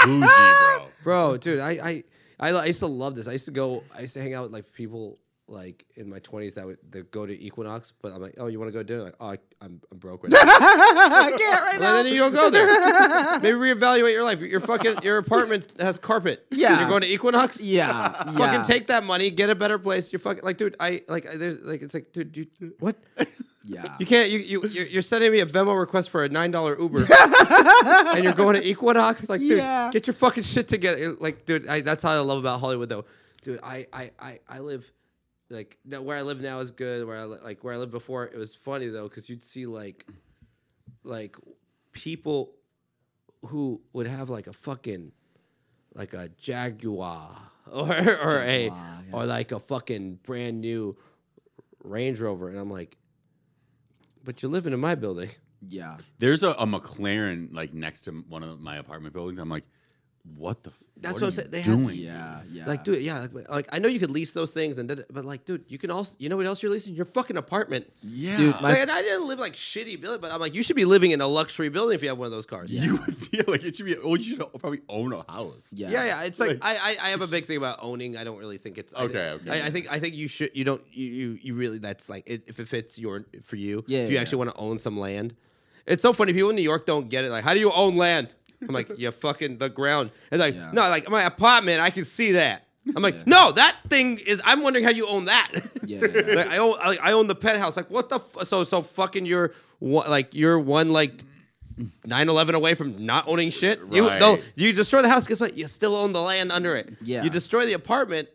C: bougie, bro.
A: bro, dude, I, I, I, li- I used to love this. I used to go. I used to hang out with like people like in my twenties that would that go to Equinox, but I'm like, oh, you want to go to dinner? Like, oh, I, I'm, I'm broke right now.
B: I can't right
A: Well,
B: now.
A: then you don't go there. Maybe reevaluate your life. Your fucking your apartment has carpet.
B: Yeah.
A: you're going to Equinox.
B: Yeah. yeah.
A: Fucking take that money, get a better place. You're fucking like, dude. I like, I, there's like, it's like, dude, you what?
B: Yeah.
A: You can't. You you you're you're sending me a Venmo request for a nine dollar Uber, and you're going to Equinox. Like, dude,
B: Yeah.
A: get your fucking shit together. Like, dude, I, that's how I love about Hollywood, though. Dude, I I I, I live like no, where I live now is good. Where I li- like where I lived before, it was funny though because you'd see like like people who would have like a fucking like a Jaguar or or a
B: Jaguar, yeah.
A: or like a fucking brand new Range Rover, and I'm like, but you're living in my building.
B: Yeah.
C: There's a, a McLaren like next to one of my apartment buildings. I'm like, what the? f-
A: That's
C: are
A: what I'm
C: you
A: saying. They had-
C: doing.
B: Yeah. Yeah.
A: Like, dude, yeah, like, like I know you could lease those things, and da- da- but like, dude, you can also, you know what else you're leasing? Your fucking apartment.
C: Yeah.
B: Dude, my-
A: Like, and I didn't live like shitty building, but I'm like, you should be living in a luxury building if you have one of those cars.
C: You would yeah, like it should be. Oh, you should probably own a house.
B: Yeah.
A: Yeah, yeah. It's like, I, I, I have a big thing about owning. I don't really think it's I-
C: Okay, okay.
A: I, I think I think you should. You don't. You you, you really. That's like it, if it fits your for you.
B: Yeah,
A: If you
B: yeah,
A: actually want to own some land, it's so funny. People in New York don't get it. Like, how do you own land? I'm like, you fucking the ground. It's like
B: Yeah.
A: no, like my apartment. I can see that. I'm like, no, that thing is. I'm wondering how you own that.
B: Yeah, yeah, yeah.
A: like I own, like, I own the penthouse. Like, what the? F- so, so fucking, you're one, like, you're one, like, 9-11 away from not owning shit. You,
C: Right.
A: though, you destroy the house. Guess what? You still own the land under it.
B: Yeah.
A: You destroy the apartment.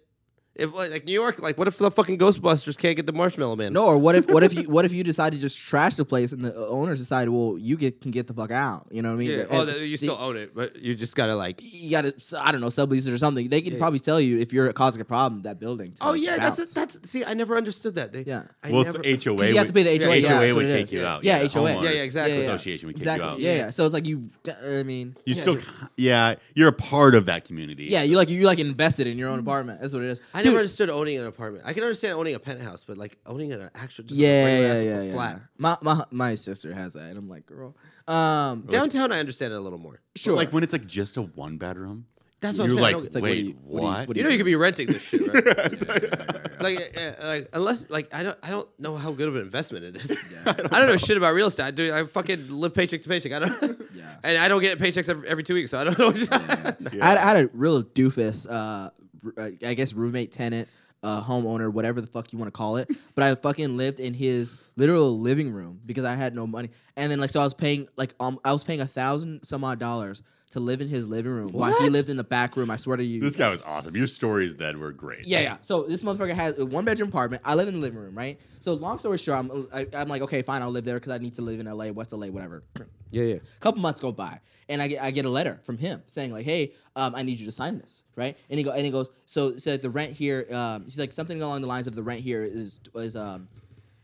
A: If like, like New York, like, what if the fucking Ghostbusters can't get the Marshmallow Man?
B: No, or what if what if you what if you decide to just trash the place and the owners decide, well, you get can get the fuck out. You know what I mean?
A: Yeah.
B: And
A: Oh, the, you
B: the-
A: still own it, but you just gotta like.
B: you gotta I don't know sublease it or something. They can probably tell you if you're causing a problem that building. to,
A: Oh
B: like,
A: yeah, that's
B: bounce.
A: that's. See, I never understood that. They,
B: Yeah.
A: I
C: well,
A: never-
C: it's HOA.
B: You have to pay the HOA, yeah, that's
C: would
B: what it
C: kick
B: is,
C: you
B: yeah.
C: out.
B: Yeah,
C: the
B: HOA.
C: homeowners
A: Yeah, yeah, exactly.
C: Association would kick
B: exactly.
C: you out.
B: Yeah, yeah. So it's like you. I mean,
C: You
B: yeah,
C: still,
B: dude.
C: yeah, you're a part of that community.
B: Yeah, you like you like invested in your own apartment. That's what it is.
A: I
B: Dude,
A: never understood owning an apartment. I can understand owning a penthouse, but like owning an actual just a
B: Yeah, yeah,
A: regular-ass
B: yeah, yeah.
A: flat.
B: My my my sister has that, and I'm like, girl. Um,
A: Downtown, I understand it a little more.
B: sure.
C: Like when it's like just a one bedroom.
A: That's what I'm
C: you're
A: saying. I
C: like,
A: don't-
B: It's like, what do
C: wait,
B: you-
C: what?
B: what do you- what do
A: You know you could be renting this shit, right? Like, uh, like unless like I don't I don't know how good of an investment it is. I, don't know shit about real estate. I do I fucking live paycheck to paycheck. I don't.
B: Yeah.
A: And I don't get paychecks every, every two weeks, so I don't know. What
B: I, had, I had a real doofus, uh, r- I guess uh, roommate tenant. uh, homeowner, whatever the fuck you want to call it. But I fucking lived in his literal living room because I had no money. And then like so I was paying like um I was paying a thousand some odd dollars to live in his living room while he lived in the back room. I swear to you.
C: This guy was awesome. Your stories then were great.
B: Yeah, yeah. So this motherfucker has a one bedroom apartment. I live in the living room, right? So long story short, I'm uh, I, I'm like, okay, fine, I'll live there because I need to live in LA, West LA, whatever.
A: Yeah, yeah.
B: couple months go by, and I get I get a letter from him saying like, "Hey, um, I need you to sign this," right? And he go and he goes, "So, so the rent here," um, he's like something along the lines of the rent here is is um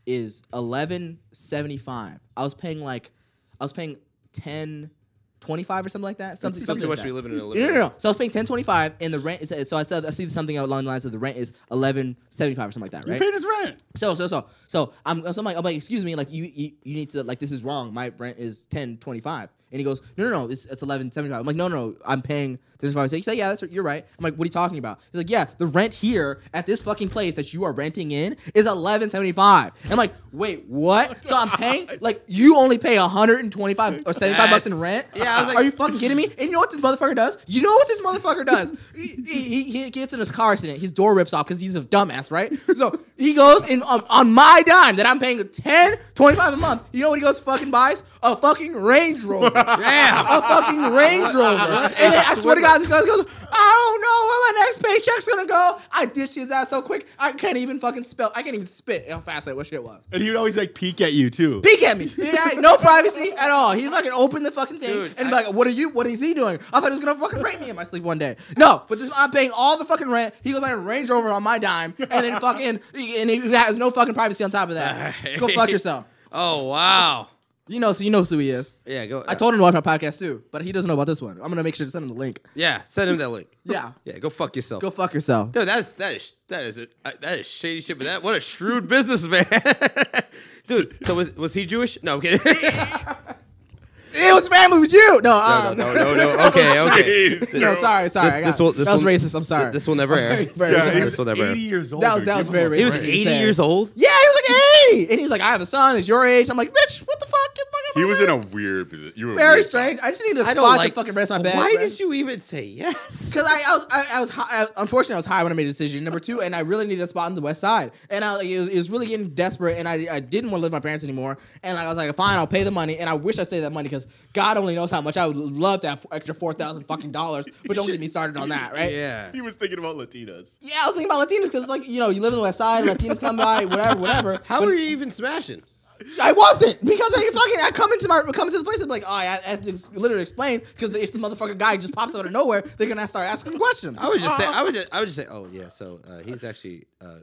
B: is eleven seventy five. I was paying like, I was paying ten twenty five or something like that. Something
A: Something,
B: something
A: too
B: like
A: much
B: that.
A: we live in a living
B: No, no,
A: room.
B: no. So I was paying ten twenty five, and the rent is so I said I see something along the lines of the rent is eleven seventy five or something like that,
C: You're
B: right?
C: paying his rent.
B: So so so so I'm so I'm like, I'm like excuse me like you, you you need to like this is wrong my rent is ten twenty five and he goes no no no it's it's eleven seventy five I'm like no no no I'm paying this five he's like yeah that's you're right I'm like what are you talking about he's like yeah the rent here at this fucking place that you are renting in is eleven seventy five I'm like wait what so I'm paying like you only pay hundred and twenty five or seventy five bucks in
A: Yes.
B: rent
A: Yeah, I was like-
B: are you fucking kidding me and you know what this motherfucker does you know what this motherfucker does he, he, he gets in his car accident his door rips off because he's a dumbass right so he goes and um, on my dime that I'm paying 10 25 a month you know what he goes fucking buys a fucking Range Rover yeah a fucking Range Rover and then I swear to God this guy goes I don't know where my next paycheck's gonna go I ditched his ass so quick I can't even fucking spell I can't even spit how fast that what shit was
C: And he would always like peek at you too.
B: peek at me. Yeah, no privacy at all. He's fucking open the fucking thing
A: Dude,
B: and be
A: I-
B: like, what are you? What is he doing? I thought he was gonna fucking rape me in my sleep one day. No, but this I'm paying all the fucking rent. He goes buy a Range Rover on my dime, and then fucking and he has no fucking privacy on top of that. Go fuck yourself.
A: Oh wow.
B: You know, so you know who he is.
A: Yeah, go.
B: I told him to watch my podcast too, but he doesn't know about this one. I'm gonna make sure to send him the link.
A: Yeah, send him that link.
B: Yeah,
A: Yeah, go fuck yourself.
B: go fuck yourself.
A: Dude, that's that is that is a, uh, that is shady shit. But that what a shrewd businessman, dude. So was was he Jewish? No, I'm kidding.
B: It was family with you. No,
A: no,
B: um,
A: no, no, no. Okay,
B: Oh,
A: okay.
C: Jeez,
B: no,
C: dude.
B: sorry, sorry. I
A: This-
B: got-
A: this will- this
B: that was
A: will-
B: racist. I'm sorry.
A: This will never air.
B: Very, very
A: This
C: Yeah,
A: will
C: he
B: sorry.
C: was
A: never air.
C: 80 years old.
B: That was-
C: dude.
B: that was
C: Give
B: very
C: him a
B: racist.
A: He was
B: Right.
A: 80
B: Sad.
A: years old.
B: Yeah, he was like, hey. And he's like, I have a son that's your age. I'm like, bitch, what the fuck? Get the fuck out of
C: He
B: my
C: was
B: house."
C: in a weird position. You were a
B: Very
C: weird
B: strange. I just need a
A: I
B: spot
A: don't like
B: to fucking rest my back.
A: Why did you even say yes?
B: Because I, I was, I, I was high, I, unfortunately, I was high when I made a decision. Number two, and I really needed a spot on the west side. And I it was, it was really getting desperate, and I, I didn't want to live with my parents anymore. And I was like, fine, I'll pay the money. And I wish I saved that money because God only knows how much I would love to have extra four thousand fucking dollars. But don't get me started on that, right?
A: Yeah.
C: He was thinking about Latinas.
B: Yeah, I was thinking about Latinos because, like, you know, you live in the west side, Latinos come by, whatever, whatever.
A: How are you even smashing?
B: I wasn't because I fucking I come into my come into this place and be like, oh, I I have to ex- literally explain because if the motherfucking guy just pops out of nowhere, they're gonna start asking questions. Uh,
A: I would just say I would just I would just say oh yeah. So uh, he's actually uh,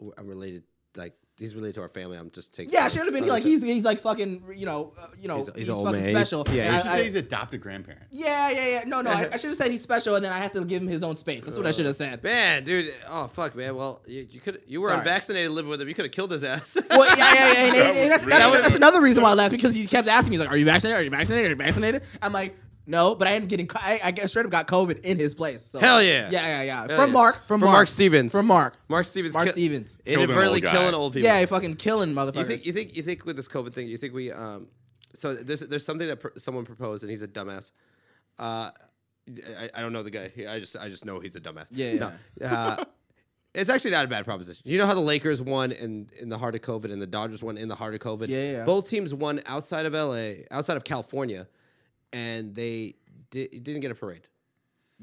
A: w- I'm related like he's related to our family. I'm just taking.
B: yeah, should have been like he's he's like fucking you know uh, you know
A: He's-
B: he's,
A: he's old
B: fucking
A: man. He's-
B: special.
A: yeah,
B: And I-
C: He should
B: I-
C: say he's adopted grandparent.
B: yeah, yeah, yeah. No, no, I, I should have said he's special, and then I have to give him his own space. That's what I should have said.
A: Man, dude, oh fuck, man. Well, you, you could you were
B: Sorry.
A: unvaccinated living with him. You could have killed his ass.
B: Well, yeah, yeah, yeah. And, and- and that's,
C: That
B: that's,
C: was-
B: that's another reason why I left because he kept asking me, he's like, "Are you vaccinated? Are you vaccinated? Are you vaccinated?" I'm like, "No," but I am getting. co- I, I guess straight up got COVID in his place. So.
A: Hell yeah.
B: Yeah, yeah, yeah.
A: Hell
B: from
A: yeah.
B: Mark. From,
A: From Mark Stevens.
B: From Mark.
A: Mark Stevens.
B: Mark
A: kill-
B: Stevens.
C: an old
A: Inadvertently
C: guy.
A: killing old people.
B: Yeah, he fucking killing motherfuckers.
A: You think you think you think with this COVID thing, you think we um so there's there's something that pr- someone proposed and he's a dumbass. Uh I, I don't know the guy. He- I just I just know he's a dumbass.
B: Yeah,
A: No, uh, it's actually not a bad proposition. You know how the Lakers won in in the heart of COVID and the Dodgers won in the heart of COVID.
B: Yeah, yeah, yeah.
A: Both teams won outside of LA, outside of California, and they di- didn't get a parade.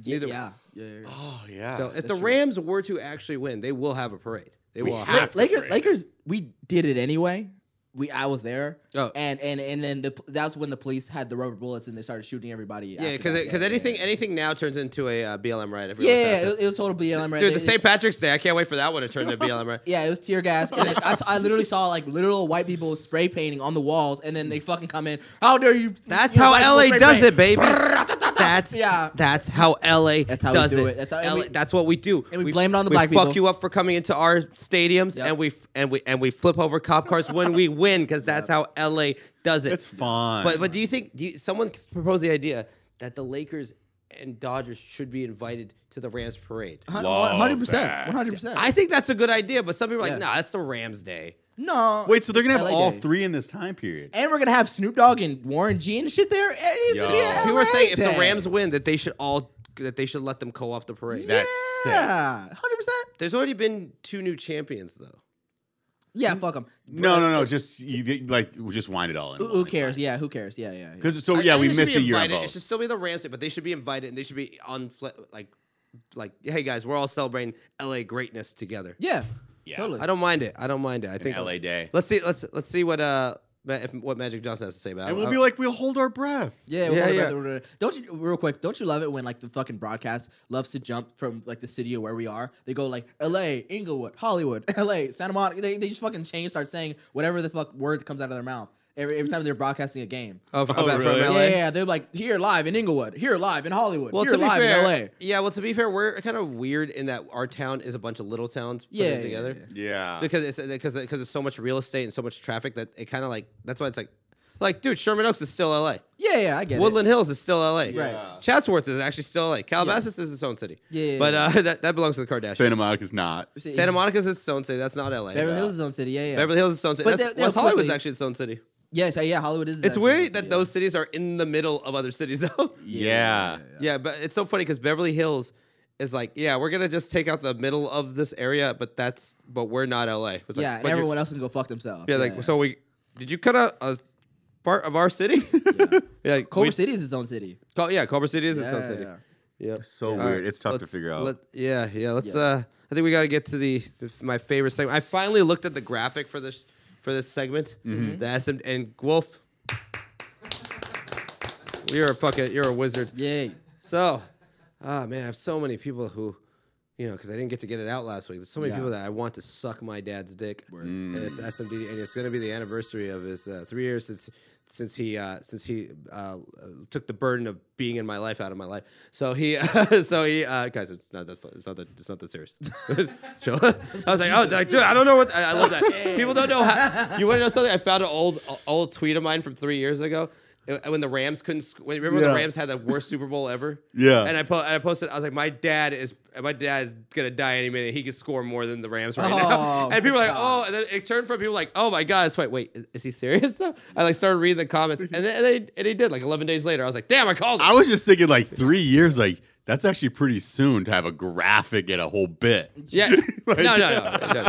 A: Neither-
B: yeah. yeah, yeah, yeah.
C: Oh
B: Ah,
C: yeah.
A: So if the Rams were to actually win, they will have a parade. They
C: We
A: will
C: have
A: have
B: La-
C: to
B: Lakers,
C: break.
B: Lakers, we did it anyway. We, I was there,
A: Oh.
B: and and and then the, pl- that's when the police had the rubber bullets and they started shooting everybody.
A: Yeah,
B: after
A: because
B: that.
A: because anything anything now turns into a uh, BLM riot. if we
B: yeah,
A: look
B: yeah,
A: past
B: yeah,
A: it.
B: it, it was totally BLM. Right?
A: dude,
B: They-
A: the St. Patrick's Day. I can't wait for that one to turn into BLM riot.
B: Yeah, it was tear gas. And then I, saw- I literally saw like literal white people spray painting on the walls, and then they fucking come in. How dare you?
A: Mm. That's
B: you know,
A: how
B: white
A: LA
B: people spray
A: does
B: paint."
A: it, baby. That's
B: Yeah.
A: That's how LA
B: That's how we
A: does
B: do it. That's how- and
A: LA
B: we-
A: that's what we do.
B: and we blame it on the black
A: We fuck
B: people.
A: you up for coming into our stadiums,
B: Yep.
A: and we f- and we and we flip over cop cars when we win, because that's how LA does it.
C: it's fun.
A: But but do you think do you, someone proposed the idea that the Lakers and Dodgers should be invited to the Rams parade?
B: Hun-
C: Love
B: 100%.
C: that.
B: 100%.
A: I think that's a good idea, but some people are like,
B: Yeah.
A: no, nah, that's the Rams Day.
B: no.
C: wait, so they're gonna have
B: LA
C: all
B: Day.
C: three in this time period.
B: And we're gonna have Snoop Dogg and Warren G and shit there. It needs to be
C: Yo.
B: a
A: People are
B: LA
A: saying if
B: day.
A: the Rams win, that they should all that they should let them co-op the parade.
C: That's sick.
B: yeah, hundred percent.
A: There's already been two new champions though.
B: Yeah, fuck them.
C: No, no, no. Just you get, like we just wind it all in.
B: Who, who cares? Yeah, who cares? Yeah, yeah. yeah.
C: Because so
A: I-
C: Oh, yeah,
A: I
C: we
A: think they should
C: missed
A: be
C: a year of
A: invited. It
C: both.
A: should still be the Ramsey, but they should be invited and they should be on fle- like like hey guys, we're all celebrating LA greatness together.
B: Yeah,
C: Yeah.
B: totally.
A: I don't mind it. I don't mind it. I think
C: LA Day.
A: Let's see. Let's let's see what uh Ma- if, what Magic Johnson has to say about
C: And
A: it.
C: we'll
A: I-
C: be like, we'll hold our breath.
B: Yeah, we'll
A: Yeah,
B: talk about
A: yeah.
B: that. We're gonna- Don't you real quick? Don't you love it when like the fucking broadcast loves to jump from like the city of where we are? They go like L.A., Inglewood, Hollywood, L.A., Santa Monica. They, they just fucking change, start saying whatever the fuck word comes out of their mouth every, every time they're broadcasting a game.
A: of,
C: Oh,
A: about
C: really?
A: from LA.
B: Yeah, yeah, they're like here live in Inglewood, here live in Hollywood,
A: Well,
B: here
A: to be
B: live
A: fair,
B: in L.A.
A: yeah. Well, to be fair, we're kind of weird in that our town is a bunch of little towns put
B: Yeah, yeah,
A: together.
B: yeah.
C: Yeah.
A: So because it's uh, because because there's so much real estate and so much traffic that it kind of like that's why it's like like dude Sherman Oaks is still L.A.
B: Yeah, yeah, I get
A: Woodland Hills is still L.A.
B: Yeah.
A: Chatsworth is actually still L.A. Calabasas is its own city.
B: Yeah, yeah,
A: But
B: yeah.
A: uh, that that belongs to the Kardashians.
C: Santa Monica's not.
B: it.
A: Santa Monica is its own city. That's not L.A.
B: Beverly Hills is its own city. Yeah, yeah.
A: Beverly Hills is its own city.
B: But
A: That's-
B: they'll- they'll
A: West Hollywood's
B: quickly-
A: actually its own city.
B: yeah, so, yeah. Hollywood is.
A: It's
B: actually its own
A: weird that
B: city, yeah.
A: those cities are in the middle of other cities, though.
C: Yeah.
A: Yeah, but it's so funny because Beverly Hills is like, yeah, we're gonna just take out the middle of this area, but that's but we're not LA. It's like,
B: Yeah,
A: but
B: and
A: you-
B: everyone else can go fuck themselves.
A: Yeah, like so we did you cut out a part of our city? yeah, like,
B: Culver
A: we-
B: City is its own city.
A: Cul- yeah, Culver City is its own
B: Yeah,
A: city.
B: yeah.
A: Yeah.
C: So
A: All
C: weird.
A: right,
C: It's tough to
A: let's-
C: figure out.
A: let- yeah, yeah. Let's.
B: Yeah.
A: uh I think we got to get to the, the my favorite segment. I finally looked at the graphic for this for this segment.
C: Mm-hmm.
A: The SM and Wolf. You're a fucking. You're a wizard.
B: Yay.
A: So, ah man, I have so many people who, you know, because I didn't get to get it out last week. There's so many
B: Yeah.
A: people that I want to suck my dad's dick, and it's SMD, and it's going to be the anniversary of his uh, three years since since he uh, since he uh, took the burden of being in my life out of my life. So he, so he, uh, guys, it's not that fu- it's not that it's not that serious. Chill. I was like, oh, like, dude, I don't know what I, I love that. People don't know how. You want to know something? I found an old old tweet of mine from three years ago. uh, When the Rams couldn't, sc- when, remember when
C: Yeah.
A: the Rams had the worst Super Bowl ever?
C: Yeah.
A: And I po- and I posted. I was like, my dad is my dad is gonna die any minute. He could score more than the Rams right
B: Oh,
A: now. And people were like,
B: God.
A: oh. And then it turned from people like, oh my god, it's like, wait, is, is he serious though? I like started reading the comments, and then and, they, and he did like 11 days later. I was like, damn, I called it.
C: I was just thinking like three years. Like that's actually pretty soon to have a graphic and a whole bit.
A: yeah. no, no, no, no, no.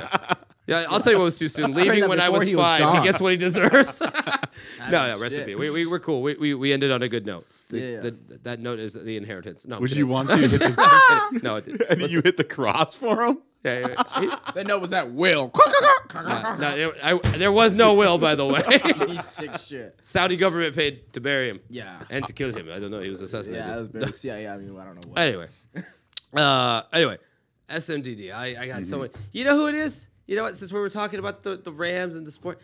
A: Yeah, I'll tell you what was too soon. Leaving
B: that
A: when I
B: before
A: was
B: he was
A: five,
B: gone.
A: he gets what he deserves. no, no,
B: shit.
A: recipe. We, we were cool. We, we, we ended on a good note. The-
B: Yeah, yeah.
A: the- that note is the inheritance. No, I'm
C: Would you
A: kidding.
C: want to? Hit the,
A: I'm kidding. no, it didn't.
C: and you hit the cross for him.
A: Yeah, yeah, yeah.
B: That note was that will.
A: Uh, no, it- I- there was no will, by the way.
B: He's chick shit.
A: Saudi government paid to bury him.
B: Yeah.
A: And to kill him. I don't know. He was assassinated.
B: Yeah, that was very CIA. I mean, I don't know what.
A: Anyway. Uh, anyway. SMDD. I, I got
B: Mm-hmm.
A: so much. You know who it is? You know what? Since we were talking about the, the Rams and the sport.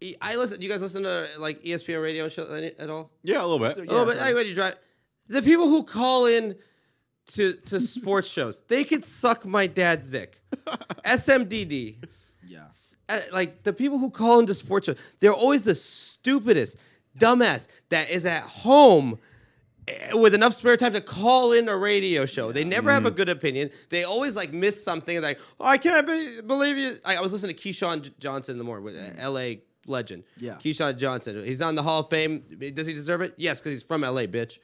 A: E- I listen. You guys listen to like E ESPN radio and shit any- at all?
C: Yeah, a little bit.
A: A
B: So,
A: little
B: Yeah,
A: bit.
B: sure.
A: Anyway, you drive. The people who call in to to sports shows, they could suck my dad's dick. SMDD.
B: Yeah.
A: uh, like the people who call into sports shows, they're always the stupidest, dumbass that is at home eh, with enough spare time to call in a radio show. They never have a good opinion. They always like miss something. Like, oh, I can't be- believe you. I, I was listening to Keyshawn J- Johnson in the morning with uh, L.A. legend.
B: Yeah.
A: Keyshawn Johnson. He's on the Hall of Fame. Does he deserve it? Yes, because he's from L.A. Bitch. So,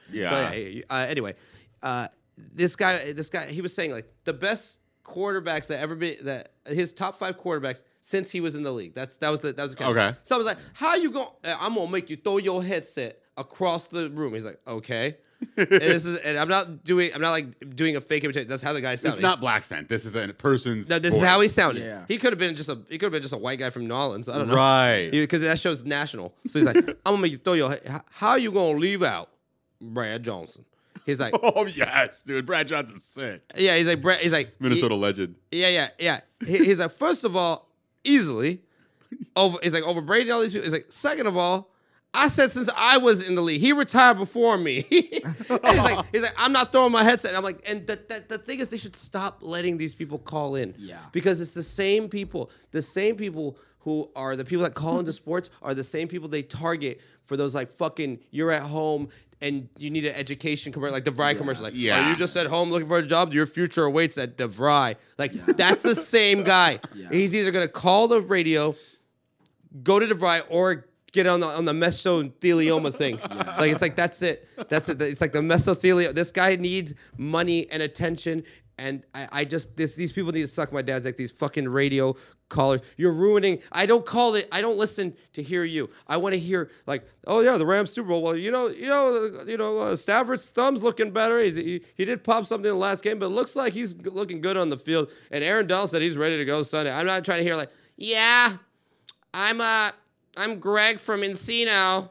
A: yeah
C: Yeah.
A: you- uh, anyway, uh, this guy, this guy, he was saying like the best quarterbacks that ever be that his top five quarterbacks since he was in the league. That's that was the that was the count.
C: Okay.
A: So I was like, how you going? to I'm gonna make you throw your headset across the room. He's like, okay. and this is and I'm not doing I'm not like doing a fake imitation. That's how the guy sounds.
C: It's not black scent. This is a person's.
A: No, this is
C: voice.
A: how he sounded.
B: Yeah.
A: He could have been just a he could have been just a white guy from New Orleans. I don't know
C: Right.
A: because that show's national. So he's like, I'm gonna make you throw your. he- How you gonna leave out Brad Johnson? He's like,
C: Oh yes, dude. Brad Johnson's sick.
A: yeah, he's like Brad. He's like
C: Minnesota legend.
A: Yeah, yeah, yeah. He- he's like, first of all, easily over. He's like over Brady and all these people. He's like, second of all. I said since I was in the league, he retired before me. and he's like, he's like, I'm not throwing my headset. And I'm like, and the, the, the thing is, they should stop letting these people call in.
B: Yeah.
A: Because it's the same people, the same people who are the people that call into sports are the same people they target for those like fucking you're at home and you need an education commercial, like DeVry commercial. Like,
C: Yeah.
A: are you just at home looking for a job? Your future awaits at DeVry. Like, that's the same guy.
B: Yeah.
A: He's either gonna call the radio, go to DeVry, or get on the on the mesothelioma thing. Like it's like that's it. That's it. It's like the mesothelioma. This guy needs money and attention And I, I just this these people need to suck my dad's like these fucking radio callers. You're ruining. I don't call it. I don't listen to hear you. I want to hear like, oh yeah, the Rams Super Bowl. Well, you know, you know, uh, you know, uh, Stafford's thumb's looking better. He's, he he did pop something in the last game, but it looks like he's g- looking good on the field. And Aaron Donald said he's ready to go Sunday. I'm not trying to hear like, yeah, I'm uh I'm Greg from Encino,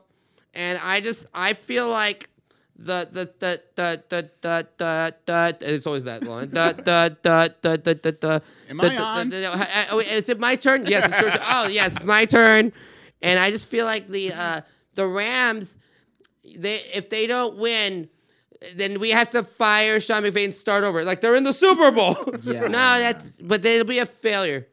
A: and I just I feel like the the the the the the the, the and it's always that line. The the the the the the the
C: Am
A: the,
C: I
A: the- the-
C: on?
A: the- uh, oh, is it my turn? Yes, it's your turn. Oh yes, it's my turn. And I just feel like the uh the Rams they if they don't win then we have to fire Sean McVay and start over. Like they're in the Super Bowl.
B: Yeah.
A: no, that's but they'll be a failure.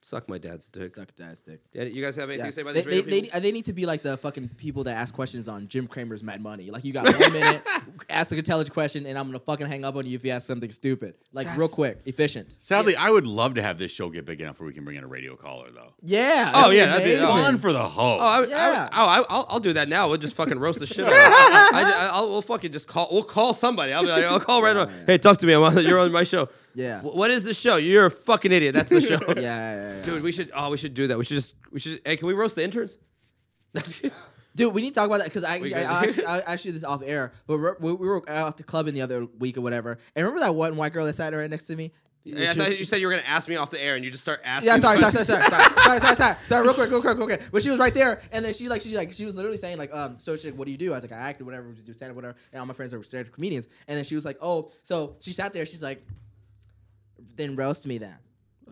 A: Suck my dad's dick.
B: Suck dad's dick.
A: Yeah, you guys have anything
B: Yeah.
A: to say about
B: They,
A: these
B: they,
A: radio
B: they,
A: people?
B: uh, they need to be like the fucking people that ask questions on Jim Cramer's Mad Money. Like you got one minute, ask an intelligent question, and I'm gonna fucking hang up on you if you ask something stupid. Like real quick, efficient.
C: Sadly, I would love to have this show get big enough where we can bring in a radio caller, though.
B: Yeah.
A: Oh,
B: that's
A: yeah, that'd be
B: amazing.
C: Fun for the host.
A: Oh, I, would- I,
B: Yeah.
A: would- oh I, I'll, I'll do that now. We'll just fucking roast the shit out of them. I, I, will we'll fucking just call. We'll call somebody. I'll be like, I'll call right now.
B: yeah.
A: Hey, talk to me. I'm on, you're on my show.
B: Yeah.
A: "Wh- What is the show? You're a fucking idiot. That's the show.
B: Yeah, yeah, yeah, yeah. Dude.
A: Dude, we should. Oh, we should do that. We should just. We should. Hey, can we roast the interns?
B: we need to talk about that because I, actually-
A: good.
B: I, I, actually- I actually this off air, but we're- we, we were out at the club in the other week or whatever. And remember that one white girl that sat right next to me?
A: Yeah, I
B: She was-
A: thought you said you were gonna ask me off the air, and you just start asking.
B: Yeah, sorry, sorry, sorry, sorry, sorry, sorry, sorry, sorry, sorry, real quick, real quick, real quick. But she was right there, and then she like she like she was literally saying like, um, so she, what do you do? I was like, I acted, whatever, we do stand up, whatever. And all my friends are stand up comedians, and then she was like, oh, so she sat there, she's like, then roast me then.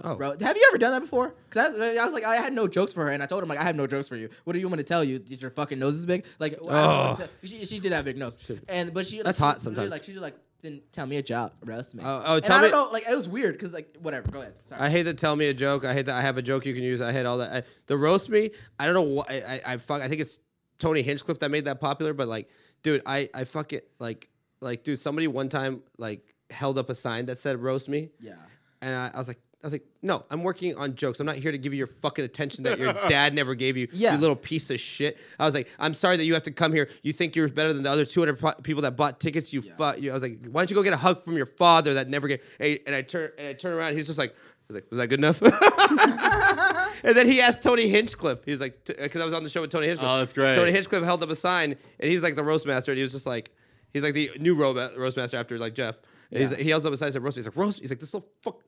A: Oh.
B: Bro, have you ever done that before? Cause I, I was like, I had no jokes for her, and I told him like, I have no jokes for you. What do you want me to tell you? Did your fucking nose is big? Like, I don't know what to- she, she did have big nose, and but she
A: Oh. That's
B: like,
A: hot
B: literally,
A: sometimes.
B: Like she was like, then tell me a job, roast me.
A: Oh, oh,
B: and
A: tell
B: I
A: me-
B: don't know, like it was weird, cause like whatever. Go ahead. Sorry.
A: I hate to tell me a joke. I hate that I have a joke you can use. I hate all that. I, the roast me. I don't know why. I, I, I fuck. I think it's Tony Hinchcliffe that made that popular. But like, dude, I I fuck it. Like like dude, somebody one time like held up a sign that said roast me.
B: yeah.
A: And I, I was like, I was like, no, I'm working on jokes. I'm not here to give you your fucking attention that your dad never gave you.
B: Yeah.
A: You little piece of shit. I was like, I'm sorry that you have to come here. You think you're better than the other 200 pro- people that bought tickets. You, fu- you I was like, why don't you go get a hug from your father that never gave? And, and I turn and I turn around. He's just like. I was like, was that good enough? and then he asked Tony Hinchcliffe. He was like, because I was on the show with Tony Hinchcliffe.
C: Oh, that's great.
A: Tony Hinchcliffe held up a sign, and he's like the roast master, and he was just like, he's like the new ro- roast master after like Jeff. And he's, he holds up a sign that said roast. me." He's like roast. He's like this little fuck.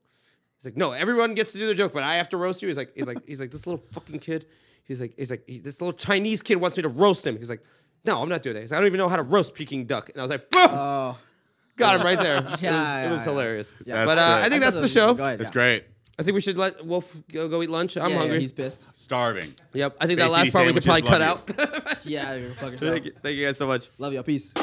A: He's like, no, everyone gets to do their joke, but I have to roast you. He's like, he's like, he's like, this little fucking kid. He's like, he's like, he- this little Chinese kid wants me to roast him. He's like, no, I'm not doing that. He's like, I don't even know how to roast Peking duck. And I was like, boom,
B: Oh,
A: got him right there. it was,
B: yeah,
A: it was
B: yeah.
A: hilarious.
B: Yeah.
A: But uh,
C: That's
A: I think
B: thought
A: that's
B: that
A: the
B: was-
A: show.
B: Go ahead,
C: That's
B: yeah.
C: great.
A: I think we should let Wolf go, go eat lunch. I'm
B: Yeah, yeah,
A: hungry.
B: he's pissed.
C: Starving.
A: yep. I think that
C: Bay
A: last
C: City
A: part we could probably
C: sandwiches,
A: cut
C: love
A: out.
B: Yeah, you're fucking.
A: Thank you guys so much.
B: Love y'all. Peace.